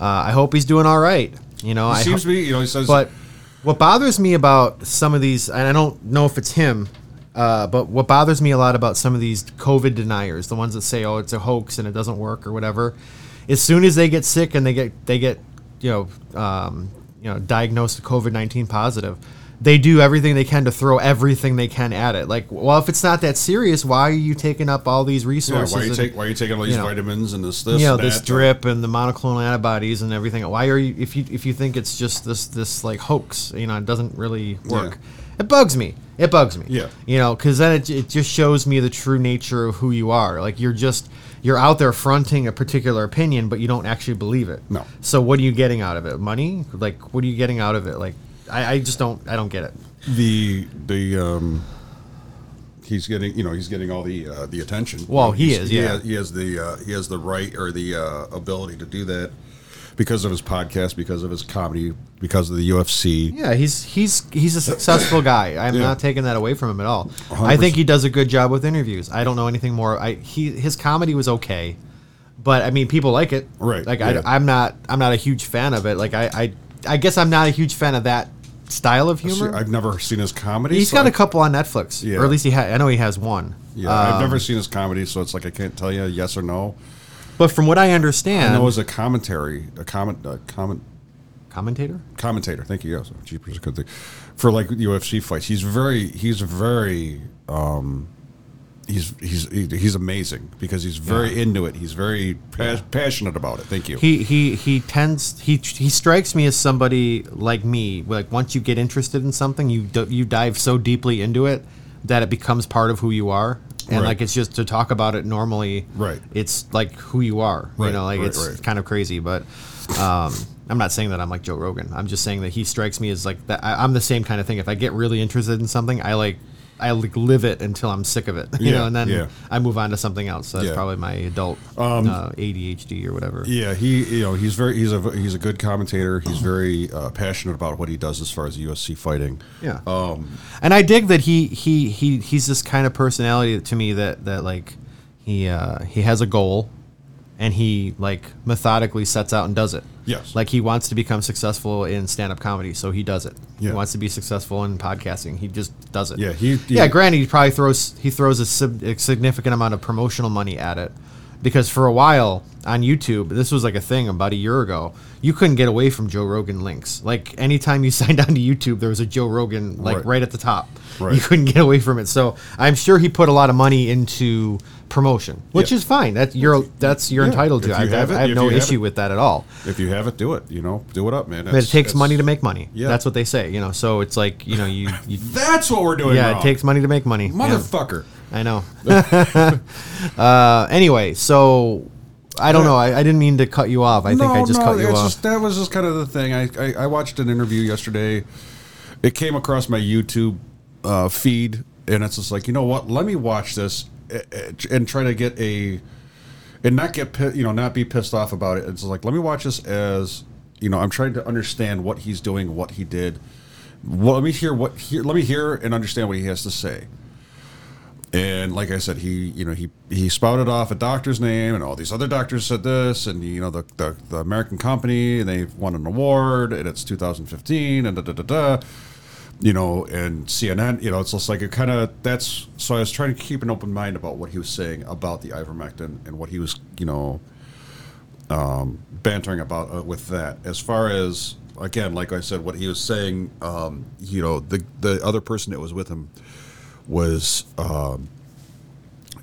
A: Uh, I hope he's doing all right. You know,
B: he
A: I
B: seems
A: ho-
B: to be, you know, he says,
A: But what bothers me about some of these, and I don't know if it's him, uh, but what bothers me a lot about some of these COVID deniers, the ones that say, "Oh, it's a hoax and it doesn't work" or whatever, as soon as they get sick and they get they get you know um, you know diagnosed COVID nineteen positive. They do everything they can to throw everything they can at it. Like, well, if it's not that serious, why are you taking up all these
B: yeah,
A: resources?
B: why are you
A: and-
B: take, why are you taking all these
A: you know,
B: vitamins and this, this,
A: you know
B: and
A: this
B: that?
A: drip and the monoclonal antibodies and everything. Why are you if you if you think it's just this this like hoax? You know, it doesn't really work. It bugs me. It bugs me.
B: Yeah.
A: You know, because then it, it just shows me the true nature of who you are. Like you're just you're out there fronting a particular opinion, but you don't actually believe it.
B: No.
A: So what are you getting out of it? Money? Like what are you getting out of it? Like I, I just don't I don't get it.
B: The the um, he's getting, you know, he's getting all the uh, the attention.
A: Well, he
B: He's-
A: is,
B: He
A: yeah.
B: has, he has the uh, he has the right or the uh, ability to do that because of his podcast, because of his comedy, because of the UFC.
A: Yeah, he's he's he's a successful guy. I'm
B: Yeah.
A: not taking that away from him at all. I think he does a good job with interviews. I don't know anything more. I he his comedy was okay, but I mean people like it.
B: Right,
A: Like
B: yeah.
A: I, I'm not I'm not a huge fan of it. Like I, I I guess I'm not a huge fan of that style of
B: See,
A: humor.
B: I've never seen his comedy.
A: He's
B: so
A: got
B: I-
A: a couple on Netflix,
B: Yeah.
A: or at least he had. I know he has one.
B: Yeah,
A: um,
B: I've never seen his comedy, so it's like I can't tell you yes or no.
A: But from what I
B: I
A: understand,
B: know as a commentary, a comment, a comment
A: commentator.
B: commentator. Thank you. Yes, jeepers, good thing for like UFC fights. He's very, he's very, um, he's he's he- he's amazing because he's very into it. He's very pas- passionate about it. Thank you.
A: He he he tends he he strikes me as somebody like me. Like once you get interested in something, you d- you dive so deeply into it that it becomes part of who you are. And
B: Right.
A: like it's just to talk about it normally.
B: Right.
A: It's like who you are.
B: Right,
A: You know, like
B: right,
A: it's
B: right.
A: kind of crazy, but. Um, I'm not saying that I'm like Joe Rogan. I'm just saying that he strikes me as like that. I, I'm the same kind of thing. If I get really interested in something, I like I like live it until I'm sick of it, you
B: Yeah,
A: know, and then
B: yeah.
A: I move on to something else. That's
B: Yeah. Um,
A: probably my adult uh, ADHD or whatever.
B: yeah, he you know he's very he's a he's a good commentator.
A: Uh-huh.
B: He's very uh, passionate about what he does as far as UFC fighting.
A: Yeah.
B: Um,
A: and I dig that he he he he's this kind of personality to me that that like he uh he has a goal and he like methodically sets out and does it.
B: Yes.
A: Like he wants to become successful in stand-up comedy, so he does it.
B: Yeah.
A: He wants to be successful in podcasting, he just does it.
B: Yeah, he- he-
A: Yeah, granted he probably throws he throws a, sub, a significant amount of promotional money at it. Because for a while on YouTube, this was like a thing about a year ago. You couldn't get away from Joe Rogan links. Like anytime you signed on to YouTube, there was a Joe Rogan like
B: Right.
A: right, at the top.
B: Right.
A: You couldn't get away from it. So I'm sure he put a lot of money into promotion, which
B: Yeah.
A: is fine. That you're that's you're
B: Yeah.
A: entitled to.
B: If
A: I,
B: you
A: I
B: have
A: have,
B: it, if
A: no
B: you have
A: issue
B: it.
A: with that at all.
B: If you have it, do it. You know, do it up, man.
A: But it takes money to make money.
B: Yeah.
A: That's what they say. You know, so it's like you know you. you
B: That's what we're doing.
A: yeah,
B: wrong.
A: it takes money to make money. Yeah.
B: motherfucker.
A: I know. uh, anyway, so I don't know. I, I didn't mean to cut you off. I think I just cut you
B: it's
A: off.
B: just- that was just kind of the thing. I, I, I watched an interview yesterday. It came across my YouTube uh, feed, and it's just like, you know what? Let me watch this eh, eh, and try to get a and not get pi- you know not be pissed off about it. It's like let me watch this as you know I'm trying to understand what he's doing, what he did. Well, let me hear what hear, let me hear and understand what he has to say. And like I said, he you know he he spouted off a doctor's name, and all these other doctors said this, and you know the the, the American company, and they won an award, and it's 2015, and da da da da. You know, and CNN, you know, it's just like it kind of that's. So I was trying to keep an open mind about what he was saying about the ivermectin and what he was, you know, um, bantering about uh, with that. As far as again, like I said, what he was saying, um, you know, the the other person that was with him was um,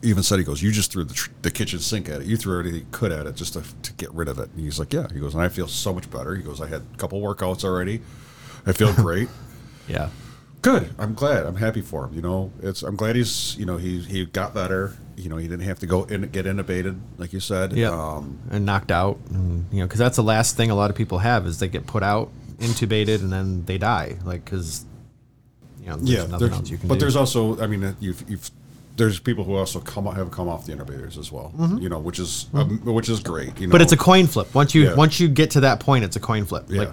B: even said he goes, "You just threw the, tr- the kitchen sink at it. You threw everything you could at it just to, to get rid of it." And he's like, "Yeah." He goes, "And I feel so much better." He goes, "I had a couple workouts already. I feel great."
A: yeah.
B: Good. I'm glad. I'm happy for him. You know, it's. I'm glad he's. You know, he he got better. You know, he didn't have to go in get intubated, like you said.
A: Yeah.
B: Um,
A: and knocked out, and, you know, because that's the last thing a lot of people have is they get put out, intubated, and then they die. Like because you know, there's
B: yeah,
A: nothing
B: there's-
A: else you can
B: but
A: do.
B: there's also, I mean, uh, you've, you've there's people who also come have come off the innovators as well, you know, which is um, which is great. You know,
A: Mm-hmm. but it's a coin flip. Once you
B: Yeah.
A: once you get to that point, it's a coin flip.
B: Yeah.
A: Like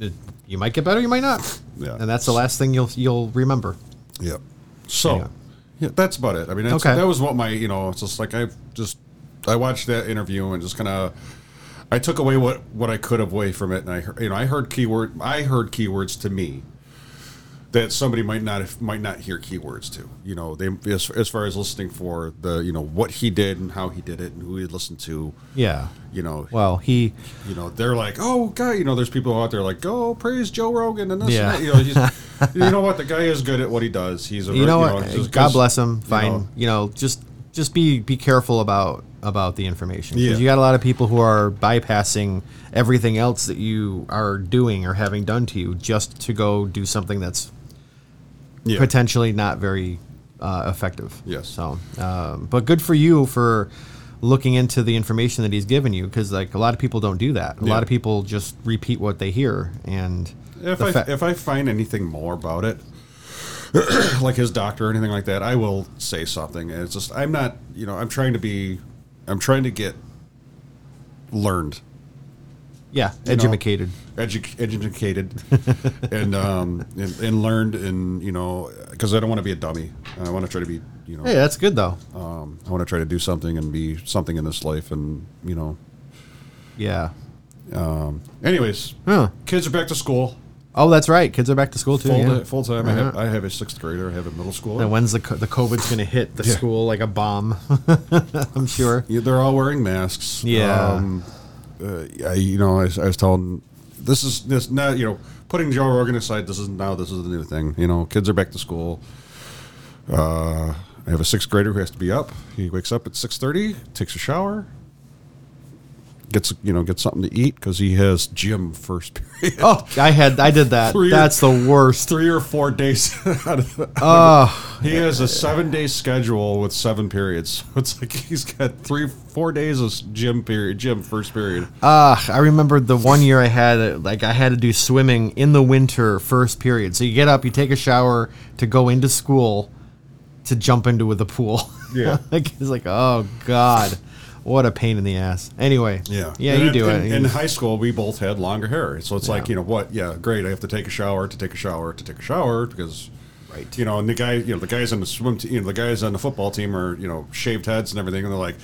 A: it, you might get better, you might not.
B: Yeah.
A: And that's the last thing you'll you'll remember.
B: yeah. So
A: Yeah.
B: yeah. that's about it. I mean, that's,
A: Okay.
B: that was what my you know, it's just like I just I watched that interview and just kind of I took away what what I could away from it, and I heard- you know I heard keyword I heard keywords to me that somebody might not might not hear keywords to. You know, they as, as far as listening for the you know what he did and how he did it and who he listened to.
A: Yeah.
B: You know,
A: Well, he
B: you know, they're like, oh god, you know, there's people out there like, oh, praise Joe Rogan and this,
A: Yeah.
B: and that. you know, he's, you know what, the guy is good at what he does. He's a,
A: you know what?
B: just 'cause,
A: God bless him.
B: you
A: Fine. You
B: know,
A: know, just just be be careful about about the information 'Cause
B: Yeah.
A: you got a lot of people who are bypassing everything else that you are doing or having done to you just to go do something that's
B: yeah.
A: potentially not very uh, effective.
B: Yes.
A: So, um, but good for you for looking into the information that he's given you because like a lot of people don't do that. A
B: Yeah.
A: lot of people just repeat what they hear and.
B: If
A: the
B: I
A: fa-
B: if I find anything more about it, like his doctor or anything like that, I will say something. And It's just I'm not, you know, I'm trying to be, I'm trying to get learned,
A: yeah,
B: you know?
A: educated.
B: edu- educated, and um and, and learned, and you know, because I don't want to be a dummy. I want to try to be, you know,
A: Hey, that's good though.
B: um, I want to try to do something and be something in this life. And you know,
A: Yeah.
B: anyways,
A: Huh.
B: kids are back to school.
A: Oh, that's right. Kids are back to school too.
B: full,
A: yeah. Uh-huh.
B: ti- full time. I have I have a sixth grader. I have a middle schooler.
A: And when's the co- the COVID's going to hit the
B: Yeah.
A: school like a bomb? I'm sure.
B: Yeah, they're all wearing masks.
A: Yeah.
B: uh, I, you know, I, was- I was telling this is this now. You know, putting Joe Rogan aside, this is now this is the new thing. You know, kids are back to school. Uh, I have a sixth grader who has to be up. He wakes up at six thirty, takes a shower, gets you know gets something to eat because he has gym first period.
A: Oh, I had I did that.
B: Three-
A: That's the worst.
B: Three or four days out of the,
A: Oh,
B: He has a seven day schedule with seven periods. It's like he's got three, four days of gym period, gym first period.
A: ah, I remember the one year I had it, like I had to do swimming in the winter first period. So you get up, you take a shower to go into school to jump into with the pool.
B: Yeah.
A: like it's like oh god, what a pain in the ass. Anyway, yeah,
B: And
A: you
B: in-
A: do
B: in,
A: it.
B: In
A: You-
B: high school, we both had longer hair, so it's like
A: Yeah.
B: you know what? Yeah, great. I have to take a shower to take a shower to take a shower because,
A: Right.
B: You know, and the guy, you know, the guys on the swim, te- you know, the guys on the football team are you know shaved heads and everything, and they're like.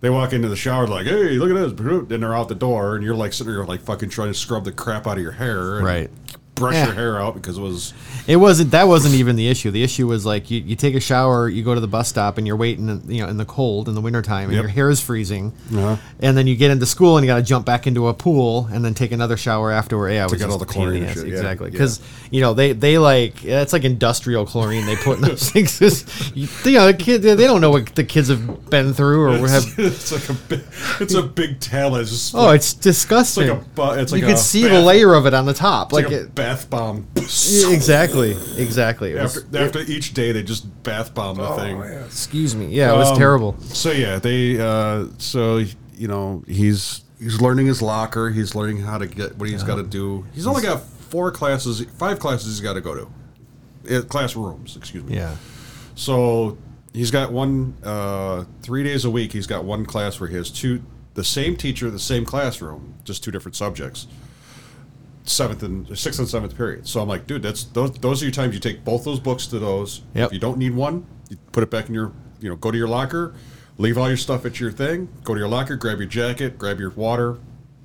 B: They walk into the shower like, "Hey, look at this!" and they're out the door, and you're like sitting there, like fucking trying to scrub the crap out of your hair, and
A: Right.
B: Brush
A: Yeah.
B: your hair out because it was
A: It wasn't that wasn't even the issue. The issue was like you, you take a shower, you go to the bus stop, and you're waiting, you know, in the cold in the wintertime, and
B: Yep.
A: your hair is freezing.
B: Uh-huh.
A: And then you get into school, and you got to jump back into a pool, and then take another shower afterward. Yeah, it was
B: get
A: just
B: all the
A: a pain in
B: chlorine
A: the
B: and
A: ass.
B: shit, yeah,
A: exactly
B: yeah.
A: because you know they they like it's like industrial chlorine they put in those things. It's- You, you know, the kid, they don't know what the kids have been through or have.
B: it's, it's like a big, it's a big tail. It's just
A: Oh,
B: like,
A: it's disgusting.
B: a bu- it's
A: you
B: like
A: can
B: a
A: see the
B: bath-
A: layer of it on the top,
B: it's
A: like,
B: like a
A: it.
B: bath bomb.
A: Yeah, Exactly, exactly. It was-
B: After, after each day, they just bath bomb the thing.
A: excuse me. Oh, Yeah, it was
B: Um,
A: terrible.
B: So yeah, they uh, so you know he's he's learning his locker. He's learning how to get what he's got to do. He's, only got four classes, five classes he's got to go to, uh, classrooms. Excuse me.
A: Yeah.
B: So he's got one uh, three days a week. He's got one class where he has two the same teacher, the same classroom, just two different subjects. Seventh and sixth and seventh period. So I'm like, dude, that's those. Those are your times. You take both those books to those.
A: Yep.
B: If you don't need one, you put it back in your. You know, go to your locker, leave all your stuff at your thing. Go to your locker, grab your jacket, grab your water,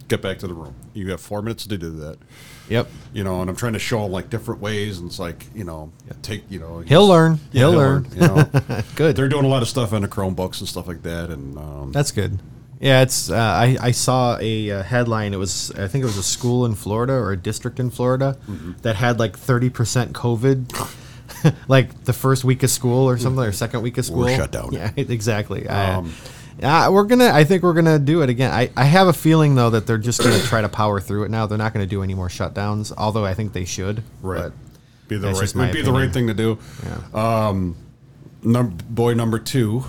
B: get back to the room. You have four minutes to do that.
A: Yep.
B: You know, and I'm trying to show him like different ways, and it's like, you know, take, you know,
A: He'll learn.
B: yeah,
A: he'll,
B: he'll
A: learn.
B: learn, you know.
A: Good.
B: They're doing a lot of stuff on the Chromebooks and stuff like that, and um,
A: That's good. Yeah, it's. Uh, I I saw a uh, headline. It was I think it was a school in Florida or a district in Florida that had like thirty percent COVID, like the first week of school or something or second week of school.
B: shut down.
A: Yeah, exactly. I-
B: Um,
A: uh, we're gonna. I think we're gonna do it again. I, I have a feeling though that they're just gonna try to power through it now. They're not gonna do any more shutdowns. Although I think they should.
B: right.
A: but-
B: Be the
A: that's
B: right,
A: just
B: it'd
A: my
B: be the right thing
A: opinion.
B: to do. Um,
A: yeah.
B: Num- boy number two.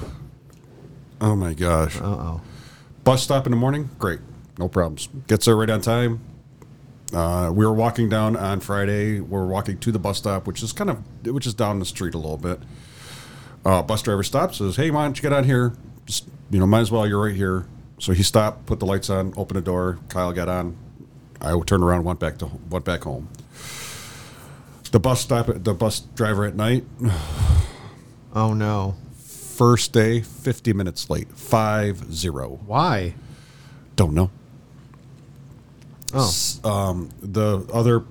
B: Oh my gosh!
A: Uh oh.
B: Bus stop in the morning, great, no problems. Gets there right on time. Uh, we were walking down on Friday. We are walking to the bus stop, which is kind of which is down the street a little bit. Uh, bus driver stops, says, "Hey, why don't you get out here? Just you know, might as well. You're right here." So he stopped, put the lights on, opened the door. Kyle got on. I turned around, went back to went back home. The bus stop, the bus driver at night,
A: Oh no.
B: first day, fifty minutes late, five zero.
A: Why?
B: Don't know.
A: Oh.
B: um, the other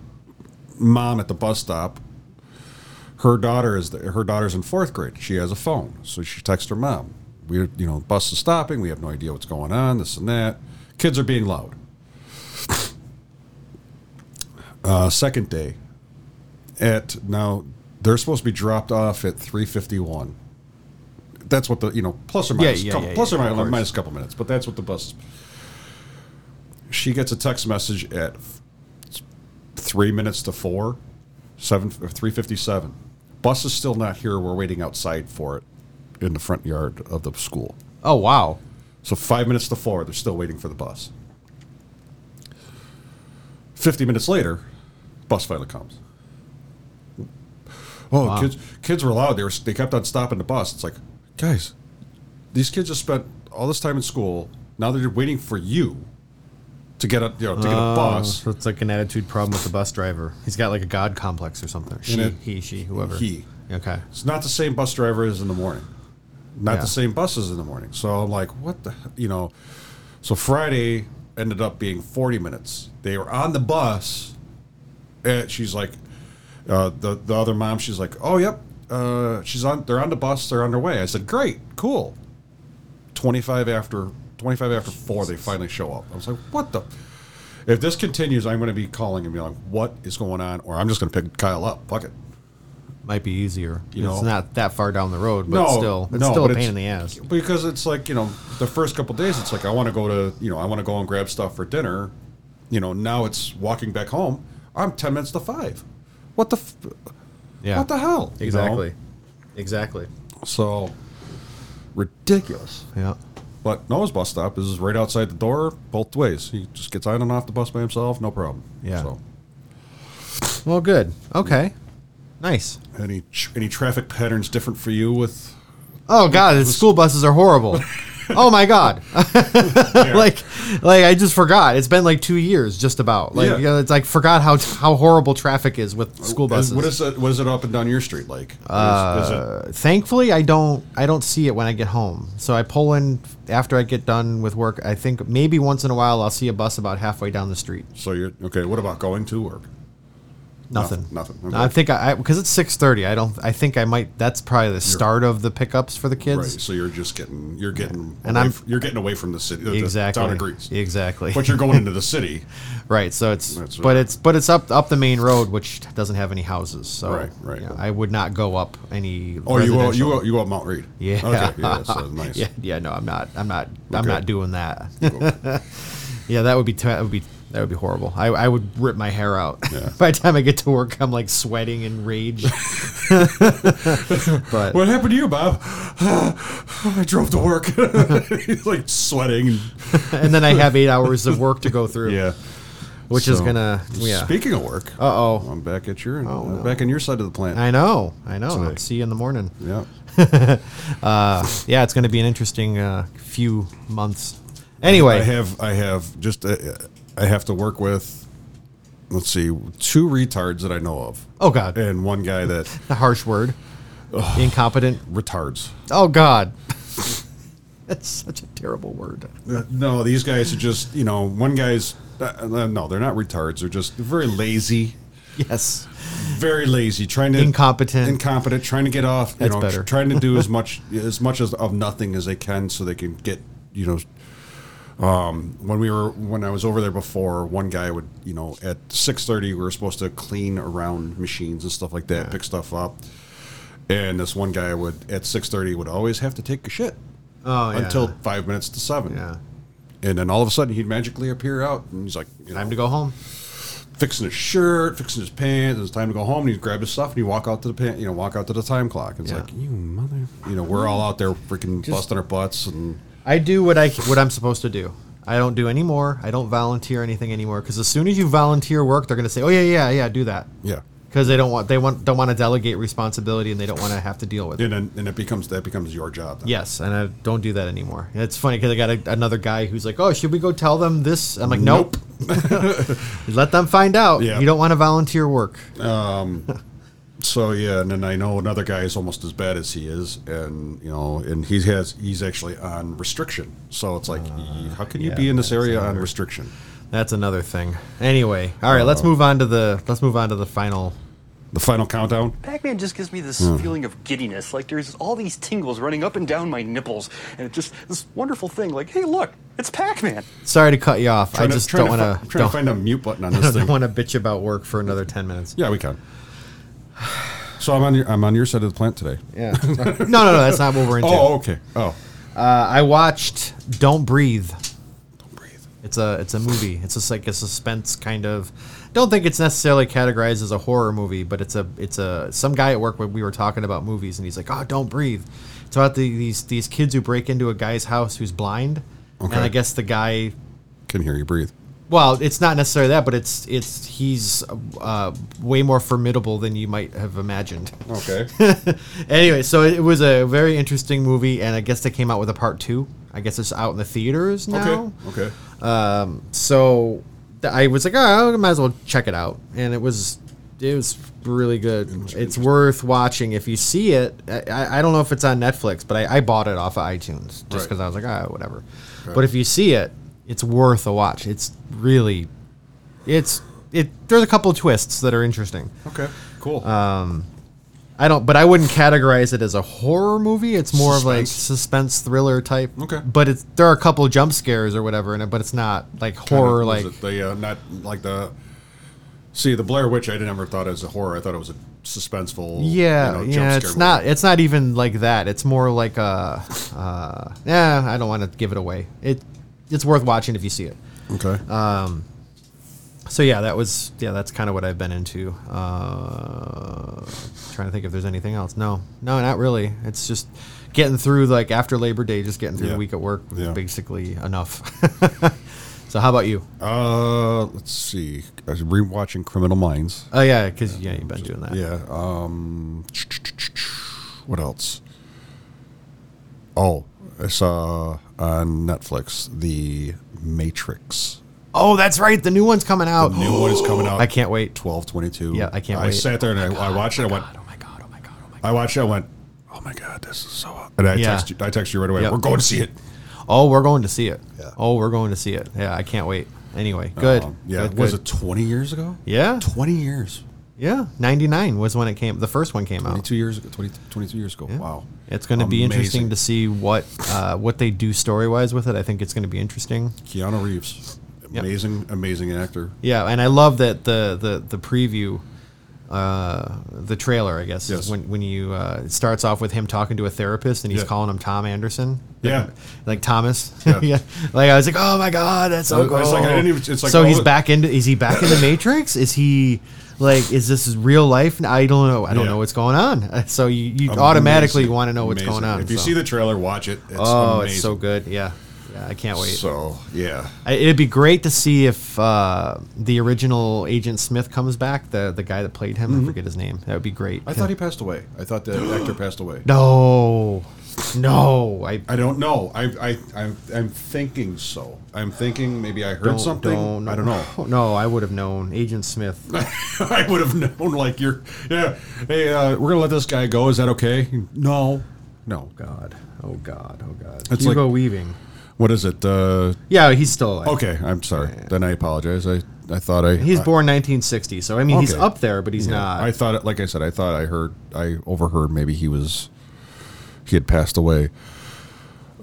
B: mom at the bus stop. Her daughter is her daughter's in fourth grade. She has a phone, so she texts her mom. We, are you know, bus is stopping. We have no idea what's going on. This and that. Kids are being loud. Uh, second day, at now they're supposed to be dropped off at three fifty one. That's what the you know plus or minus
A: yeah,
B: couple,
A: yeah,
B: plus
A: yeah,
B: or
A: of course.
B: minus, minus a couple minutes, but that's what the bus. She gets a text message at three minutes to four, seven three fifty seven. Bus is still not here. We're waiting outside for it in the front yard of the school.
A: Oh wow.
B: So five minutes to four, they're still waiting for the bus. Fifty minutes later, bus finally comes. Oh, kids! Kids were loud. They were they kept on stopping the bus. It's like, guys, these kids just spent all this time in school. Now they're waiting for you to get a you know to get
A: Oh,
B: a bus.
A: So it's like an attitude problem with the bus driver. He's got like a god complex or something. She,
B: it-
A: he, she, whoever.
B: he.
A: Okay.
B: It's not the same bus driver as in the morning. Not
A: Yeah.
B: the same buses in the morning. So I'm like, what the, you know? So Friday ended up being 40 minutes. They were on the bus eh, she's like, uh, the the other mom, she's like, oh yep, uh, she's on. They're on the bus. They're on their way. I said, great, cool. Twenty five after twenty five after four, they finally show up. I was like, what the. If this continues, I'm going to be calling and be like, "What is going on?" Or I'm just going to pick Kyle up. Fuck it.
A: Might be easier.
B: You
A: it's
B: know.
A: not that far down the road, but still, it's
B: no,
A: still a
B: but
A: pain
B: it's-
A: in the ass.
B: Because it's like you know, the first couple days, it's like I want to go to you know, I want to go and grab stuff for dinner. You know, now it's walking back home. I'm ten minutes to five. What the, f-
A: Yeah.
B: what the hell? you know?
A: Exactly. Exactly.
B: So ridiculous.
A: Yeah.
B: But Noah's bus stop is right outside the door, both ways. He just gets on and off the bus by himself, no problem.
A: Yeah.
B: So
A: Well, good. Okay. Nice.
B: any tr- any traffic patterns different for you with?
A: Oh God, the school buses are horrible. oh my God. like, like I just forgot. It's been like two years, just about. Like,
B: Yeah.
A: you know, it's like forgot how how horrible traffic is with school buses.
B: What is it? What is it up and down your street like? Is- is it-
A: Uh, thankfully I don't I don't see it when I get home. So I pull in after I get done with work. I think maybe once in a while I'll see a bus about halfway down the street.
B: So you're okay. What about going to work?
A: Nothing.
B: Nothing, nothing.
A: I think I because it's six thirty. I don't. I think I might. That's probably the start of the pickups for the
B: Right.
A: kids.
B: So you're just getting you're getting
A: And
B: away
A: I'm-
B: f- you're getting away from the city. uh, the- the
A: Exactly.
B: town of Greece.
A: Exactly.
B: But you're going into the city.
A: right. So it's
B: That's
A: but
B: right.
A: it's but it's up up the main road, which doesn't have any houses. So
B: Right, right.
A: yeah, I would not go up any.
B: Oh, you go, you
A: residential-
B: go, you go up Mount Reed.
A: Yeah.
B: Okay. Yeah. So nice.
A: Yeah. Yeah. No, I'm not. I'm not. I'm
B: Okay.
A: not doing that.
B: Cool.
A: Yeah, that would be that would be that would be horrible. I, I would rip my hair out.
B: Yeah.
A: By the time I get to work, I'm like sweating and rage. but
B: What happened to you, Bob? I drove to work. He's like sweating.
A: and then I have eight hours of work to go through.
B: Yeah.
A: which is
B: So,
A: gonna yeah.
B: Speaking of work,
A: Uh oh,
B: I'm back at your uh,
A: Oh, no.
B: back on your side of the plant.
A: I know, I know.
B: Sorry.
A: See you in the morning.
B: yeah.
A: Uh, yeah, it's gonna be an interesting uh, few months. Anyway,
B: I have I have just uh, I have to work with. Let's see, two retards that I know of,
A: oh god,
B: and one guy that
A: the harsh word, incompetent.
B: retards.
A: Oh god, that's such a terrible word.
B: Uh, No, these guys are just you know one guy's uh, uh, no, they're not retards. They're just very lazy,
A: Yes,
B: very lazy, trying to
A: Incompetent.
B: incompetent, trying to get off. You
A: That's
B: know,
A: better.
B: trying to do as much as much as of nothing as they can, so they can get you know. Um, when we were when I was over there before, one guy would you know at six thirty we were supposed to clean around machines and stuff like that, pick stuff up, and this one guy would at six thirty would always have to take a shit
A: Oh, yeah.
B: until five minutes to seven
A: yeah.
B: and then all of a sudden he'd magically appear out and he's like you know,
A: Time to go home.
B: fixing his shirt fixing his pants it's time to go home and he'd grab his stuff and he'd walk out to the pan, you know walk out to the time clock it's
A: Yeah.
B: like you mother you know we're all out there freaking busting our butts and
A: I do what I what I'm supposed to do. I don't do any more. I don't volunteer anything anymore because as soon as you volunteer work, they're gonna say, "Oh yeah, yeah, yeah, do that,"
B: yeah
A: because they don't want they want don't want to delegate responsibility and they don't want to have to deal with it.
B: and then and it becomes that becomes your job then.
A: Yes, and I don't do that anymore. And it's funny because I got a, another guy who's like, "Oh, should we go tell them this?" I'm like, "Nope, let them find out."
B: Yeah.
A: You don't want to volunteer work.
B: so yeah and then i know another guy is almost as bad as he is and you know and he has he's actually on restriction so it's like how can you
A: Uh, yeah,
B: be in this
A: that's
B: area on
A: another-
B: restriction
A: That's another thing. Anyway, all right,
B: Uh,
A: let's move on to the let's move on to the final.
B: the final countdown
D: Pac-Man just gives me this feeling of giddiness, like there's all these tingles running up and down my nipples, and it's just this wonderful thing. Like, hey, look, it's Pac-Man.
A: Sorry to cut you off. I
B: Trying to-
A: just
B: trying to
A: don't
B: fi-
A: want
B: I'm
A: to
B: trying to
A: don't,
B: find a mute button on this
A: don't
B: thing
A: want to bitch about work for another ten minutes.
B: Yeah, we can. So I'm on your I'm on your side of the plant today.
A: Yeah. no, no, no. That's not what we're into.
B: Oh, okay. Oh,
A: Uh, I watched Don't Breathe.
B: don't breathe.
A: It's a it's a movie. It's just like a suspense kind of. Don't think it's necessarily categorized as a horror movie, but it's a it's a some guy at work when we were talking about movies and he's like, oh, Don't Breathe. It's about the, these these kids who break into a guy's house who's blind,
B: Okay.
A: and I guess the guy
B: Can hear you breathe.
A: well, it's not necessarily that, but it's it's he's uh, way more formidable than you might have imagined.
B: Okay.
A: anyway, so it was a very interesting movie, and I guess they came out with a part two. I guess it's out in the theaters now.
B: okay. Okay.
A: Um, so th- I was like, oh, I might as well check it out, and it was it was really good. It's worth watching if you see it. I- I, I don't know if it's on Netflix, but I, I bought it off of iTunes just
B: Right.
A: because I was like, ah, whatever.
B: Right.
A: But if you see it, it's worth a watch. It's really, it's it there's a couple of twists that are interesting.
B: Okay. Cool.
A: I don't, but I wouldn't categorize it as a horror movie. It's more of like
B: Suspense.
A: suspense thriller type.
B: Okay.
A: But it's there are a couple jump scares or whatever in it, but it's not like horror
B: Was
A: like.
B: it the uh, not like the see the Blair Witch. I never thought it was a horror. I thought it was a suspenseful.
A: Yeah,
B: you know, jump
A: yeah,
B: scare
A: it's
B: movie.
A: not. It's not even like that. It's more like a. Uh, yeah, I don't want to give it away. It, it's worth watching if you see it.
B: Okay.
A: So yeah, that was yeah, that's kind of what I've been into. Uh, trying to think if there's anything else. No, no, not really. It's just getting through like after Labor Day, just getting through
B: Yeah.
A: the week at work, was
B: Yeah.
A: basically enough. so how about you?
B: uh, let's see. I was rewatching Criminal Minds.
A: Oh yeah, because yeah, you've been doing that.
B: Yeah. Um, what else? Oh, I saw on Netflix the Matrix.
A: Oh, that's right. The new one's coming out. Oh
B: New one is coming out.
A: I can't wait.
B: Twelve twenty two.
A: Yeah, I can't
B: I
A: wait.
B: sat there and I, I watched it. I went.
A: Oh my god! Oh my god! Oh my god!
B: I watched it. I went. Oh my god, this is so. And I
A: Yeah.
B: text you. I text you right away.
A: Yep.
B: We're going to see it.
A: Oh, we're going to see it.
B: Yeah.
A: Oh, we're going to see it. Yeah, I can't wait. Anyway, good.
B: Um, yeah.
A: Good,
B: was
A: good.
B: it twenty years ago?
A: Yeah.
B: Twenty years.
A: Yeah. Ninety nine was when it came. The first one came out.
B: Twenty two years ago. 20, 22 years ago. Wow.
A: It's going to be interesting
B: Amazing.
A: to see what uh, what they do story wise with it. I think it's going to be interesting.
B: Keanu Reeves,
A: Yep.
B: amazing, amazing actor.
A: Yeah, and I love that the the the preview, uh, the trailer. I guess is
B: Yes.
A: when when you uh, it starts off with him talking to a therapist and he's
B: Yeah.
A: calling him Tom Anderson.
B: Yeah.
A: like Thomas.
B: Yeah.
A: Yeah. like I was like, oh my god, that's so
B: It's
A: cool.
B: like I didn't even- it's like
A: so
B: all
A: he's
B: the-
A: back into is he back in the Matrix? Is he like is this real life? I don't know. I don't
B: Yeah.
A: know what's going on. So you, you automatically
B: Amazing.
A: want to know what's
B: Amazing.
A: going on.
B: If you
A: so.
B: see the trailer, watch it. It's
A: Oh,
B: amazing.
A: it's so good. Yeah. Yeah, I can't wait.
B: So yeah,
A: I, it'd be great to see if uh, the original Agent Smith comes back, the the guy that played him. I forget his name. That would be great.
B: I thought he passed away. I thought the actor passed away.
A: No. No. I
B: I don't know. I I I'm, I'm thinking so. I'm thinking maybe I heard
A: don't,
B: something.
A: don't
B: I don't know.
A: No, I would have known. Agent Smith. Oh,
B: I would have known. Like you're, yeah. Hey, uh, we're gonna let this guy go. Is that okay? No, no.
A: God. Oh God. Oh God.
B: It's
A: Hugo
B: like-
A: Weaving.
B: What is it? Uh,
A: Yeah, he's still alive.
B: okay, I'm sorry. Then I apologize. I I thought I
A: He's
B: I-
A: born 1960, so I mean he's
B: Okay.
A: up there, but he's
B: Yeah,
A: not.
B: I thought, it- like I said, I thought I heard, I overheard maybe he was, he had passed away.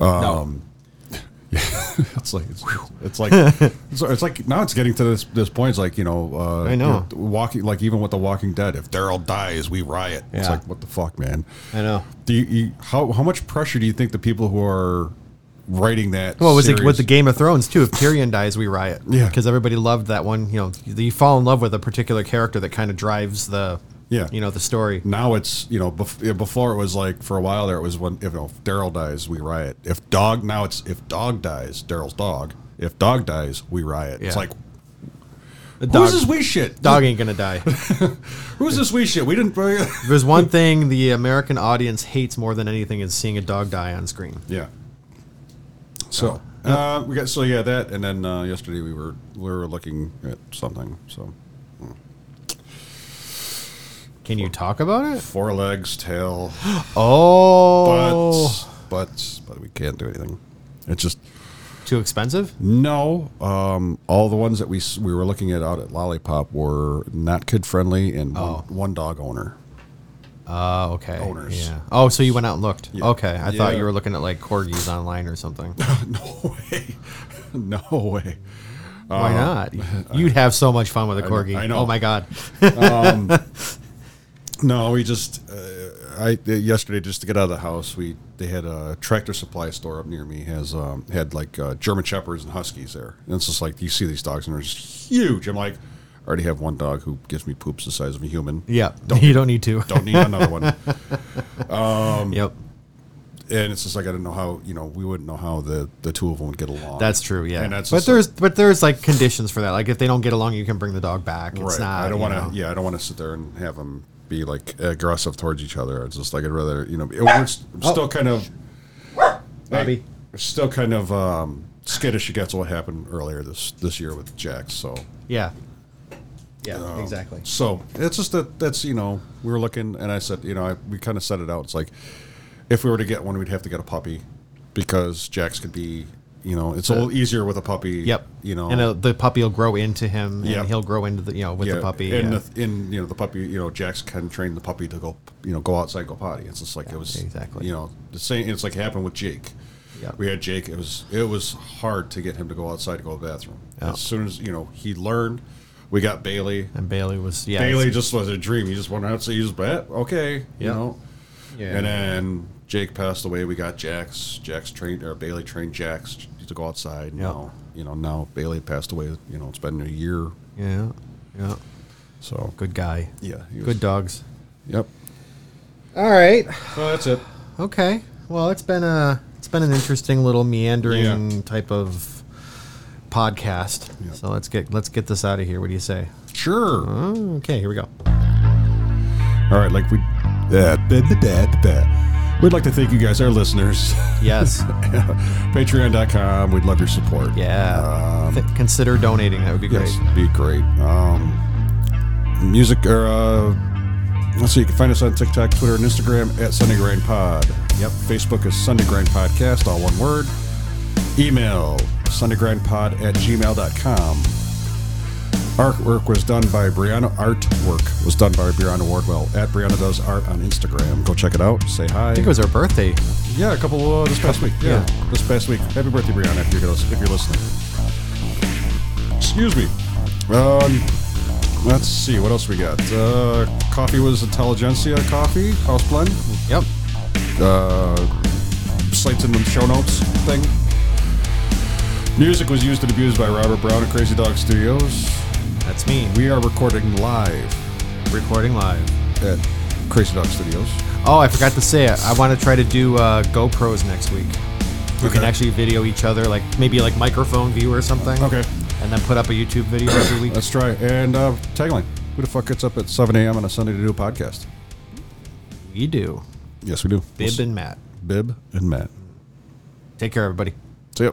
B: Um, it's like it's, it's like it's, it's like now it's getting to this this point. It's like you know, uh,
A: I know.
B: you walking like even with the Walking Dead. If Daryl dies, we riot. It's
A: Yeah.
B: like what the fuck, man.
A: I know.
B: Do you, you how how much pressure do you think the people who are writing that?
A: Well, it was like
B: series-
A: with the Game of Thrones too. If Tyrion dies, we riot.
B: Yeah.
A: because everybody loved that one. You know, you fall in love with a particular character that kind of drives the.
B: Yeah.
A: you know the story.
B: now it's you know bef- yeah, before it was like for a while there it was when if, you know, if Daryl dies we riot if dog now it's if dog dies Daryl's dog if dog dies we riot it's
A: Yeah.
B: like
A: The
B: who's
A: dog,
B: this wee shit
A: dog ain't gonna die.
B: who's this wee shit we didn't
A: If There's one thing the American audience hates more than anything is seeing a dog die on screen.
B: yeah so uh, we got so yeah that and then uh, yesterday we were we were looking at something so
A: Can you talk about it?
B: four legs tail
A: Oh,
B: butts butts but we can't do anything it's just
A: too expensive.
B: No, um, all the ones that we s- we were looking at out at Lollipop were not kid friendly and one one dog owner.
A: Oh, okay.
B: Owners.
A: Yeah. Oh, so you went out and looked.
B: Yeah.
A: Okay, I thought
B: Yeah. Uh,
A: you were looking at like corgis online or something.
B: No way, no way.
A: Why not? You'd have so much fun with a
B: know-
A: corgi.
B: I know.
A: Oh my god.
B: No, we just uh, I uh, yesterday just to get out of the house. We they had a tractor supply store up near me has um, had like uh, German shepherds and huskies there, and it's just like you see these dogs and they're just huge. I'm like, I already have one dog who gives me poops the size of a human.
A: Yeah. you don't need to.
B: Don't need another one.
A: Yep.
B: and it's just like I don't know how you know we wouldn't know how the the two of them would get along.
A: That's true. Yeah.
B: and that's
A: but
B: just like-
A: there's but there's like conditions for that. Like if they don't get along, you can bring the dog back. It's
B: right.
A: not.
B: I don't
A: you
B: want
A: know.
B: to. Yeah, I don't want to sit there and have them be like aggressive towards each other. It's just like I'd rather you know we're s- still kind of
A: Oh, Bobby.
B: Hey, we're still kind of um, skittish against what happened earlier this this year with Jax. So
A: Yeah. Yeah.
B: Oh.
A: exactly.
B: so it's just that that's you know we were looking and I said you know I, we kind of set it out. It's like if we were to get one, we'd have to get a puppy because Jax could be you know, it's a little easier with a puppy.
A: Yep.
B: You know,
A: and uh, the puppy will grow into him, and
B: Yep.
A: he'll grow into the you know with
B: yeah,
A: the puppy.
B: and
A: yeah.
B: the, and you know the puppy. You know, Jax can train the puppy to go, you know, go outside, go potty. It's just like it was
A: exactly.
B: You know, the same. It's like happened with Jake.
A: Yeah.
B: We had Jake. It was it was hard to get him to go outside to go to the bathroom.
A: Yeah.
B: As soon as you know he learned, we got Bailey.
A: and Bailey was yeah
B: Bailey
A: it's-
B: just was a dream. He just went out, so he just bet. Okay, you
A: Yeah.
B: know.
A: Yeah.
B: And then Jake passed away. We got Jax. Jax trained or Bailey trained Jax to go outside.
A: Yeah.
B: Now you know now Bailey passed away. You know it's been a year.
A: yeah yeah
B: So
A: good guy
B: Yeah, he was-
A: good dogs.
B: Yep.
A: All right.
B: Well, that's it.
A: Okay. Well, it's been a it's been an interesting little meandering
B: Yeah.
A: type of podcast.
B: Yeah.
A: So let's get let's get this out of here. What do you say?
B: Sure.
A: Oh, okay, here we go.
B: All right, like we. That, that, that, that, that. We'd like to thank you guys, our listeners.
A: Yes.
B: Patreon.com. We'd love your support.
A: Yeah. Th- consider donating. That would be great.
B: Um, Yes, be great. Um, music or uh, let's see, you can find us on TikTok, Twitter, and Instagram at Sunday Grind Pod. Yep, Facebook is Sunday Grind Podcast, all one word. Email sundayggrindpod at gmail.com. Artwork was done by Brianna. Artwork was done by Brianna Wardwell at Brianna Does Art on Instagram. Go check it out. Say hi.
A: I think it was our birthday.
B: yeah, a couple uh, this past week. Yeah,
A: Yeah.
B: this past week. Happy birthday, Brianna, if you're, gonna, if you're listening. Excuse me. Um, let's see, what else we got? Uh, coffee was Intelligentsia Coffee, House Blend.
A: Yep.
B: Slates in the show notes thing. Music was used and abused by Robert Brown at Crazy Dog Studios.
A: That's me.
B: We are recording live
A: recording live.
B: at Crazy Dog Studios.
A: Oh, I forgot to say it. I want to try to do uh, GoPros next week. We can
B: Okay.
A: actually video each other, like maybe like microphone view or something.
B: Okay.
A: And then put up a YouTube video every week.
B: Let's try. And uh, tagline Who the fuck gets up at 7 a.m. on a Sunday to do a podcast?
A: we do.
B: Yes, we do.
A: Bib and Matt.
B: Bib and Matt.
A: Take care, everybody.
B: See ya.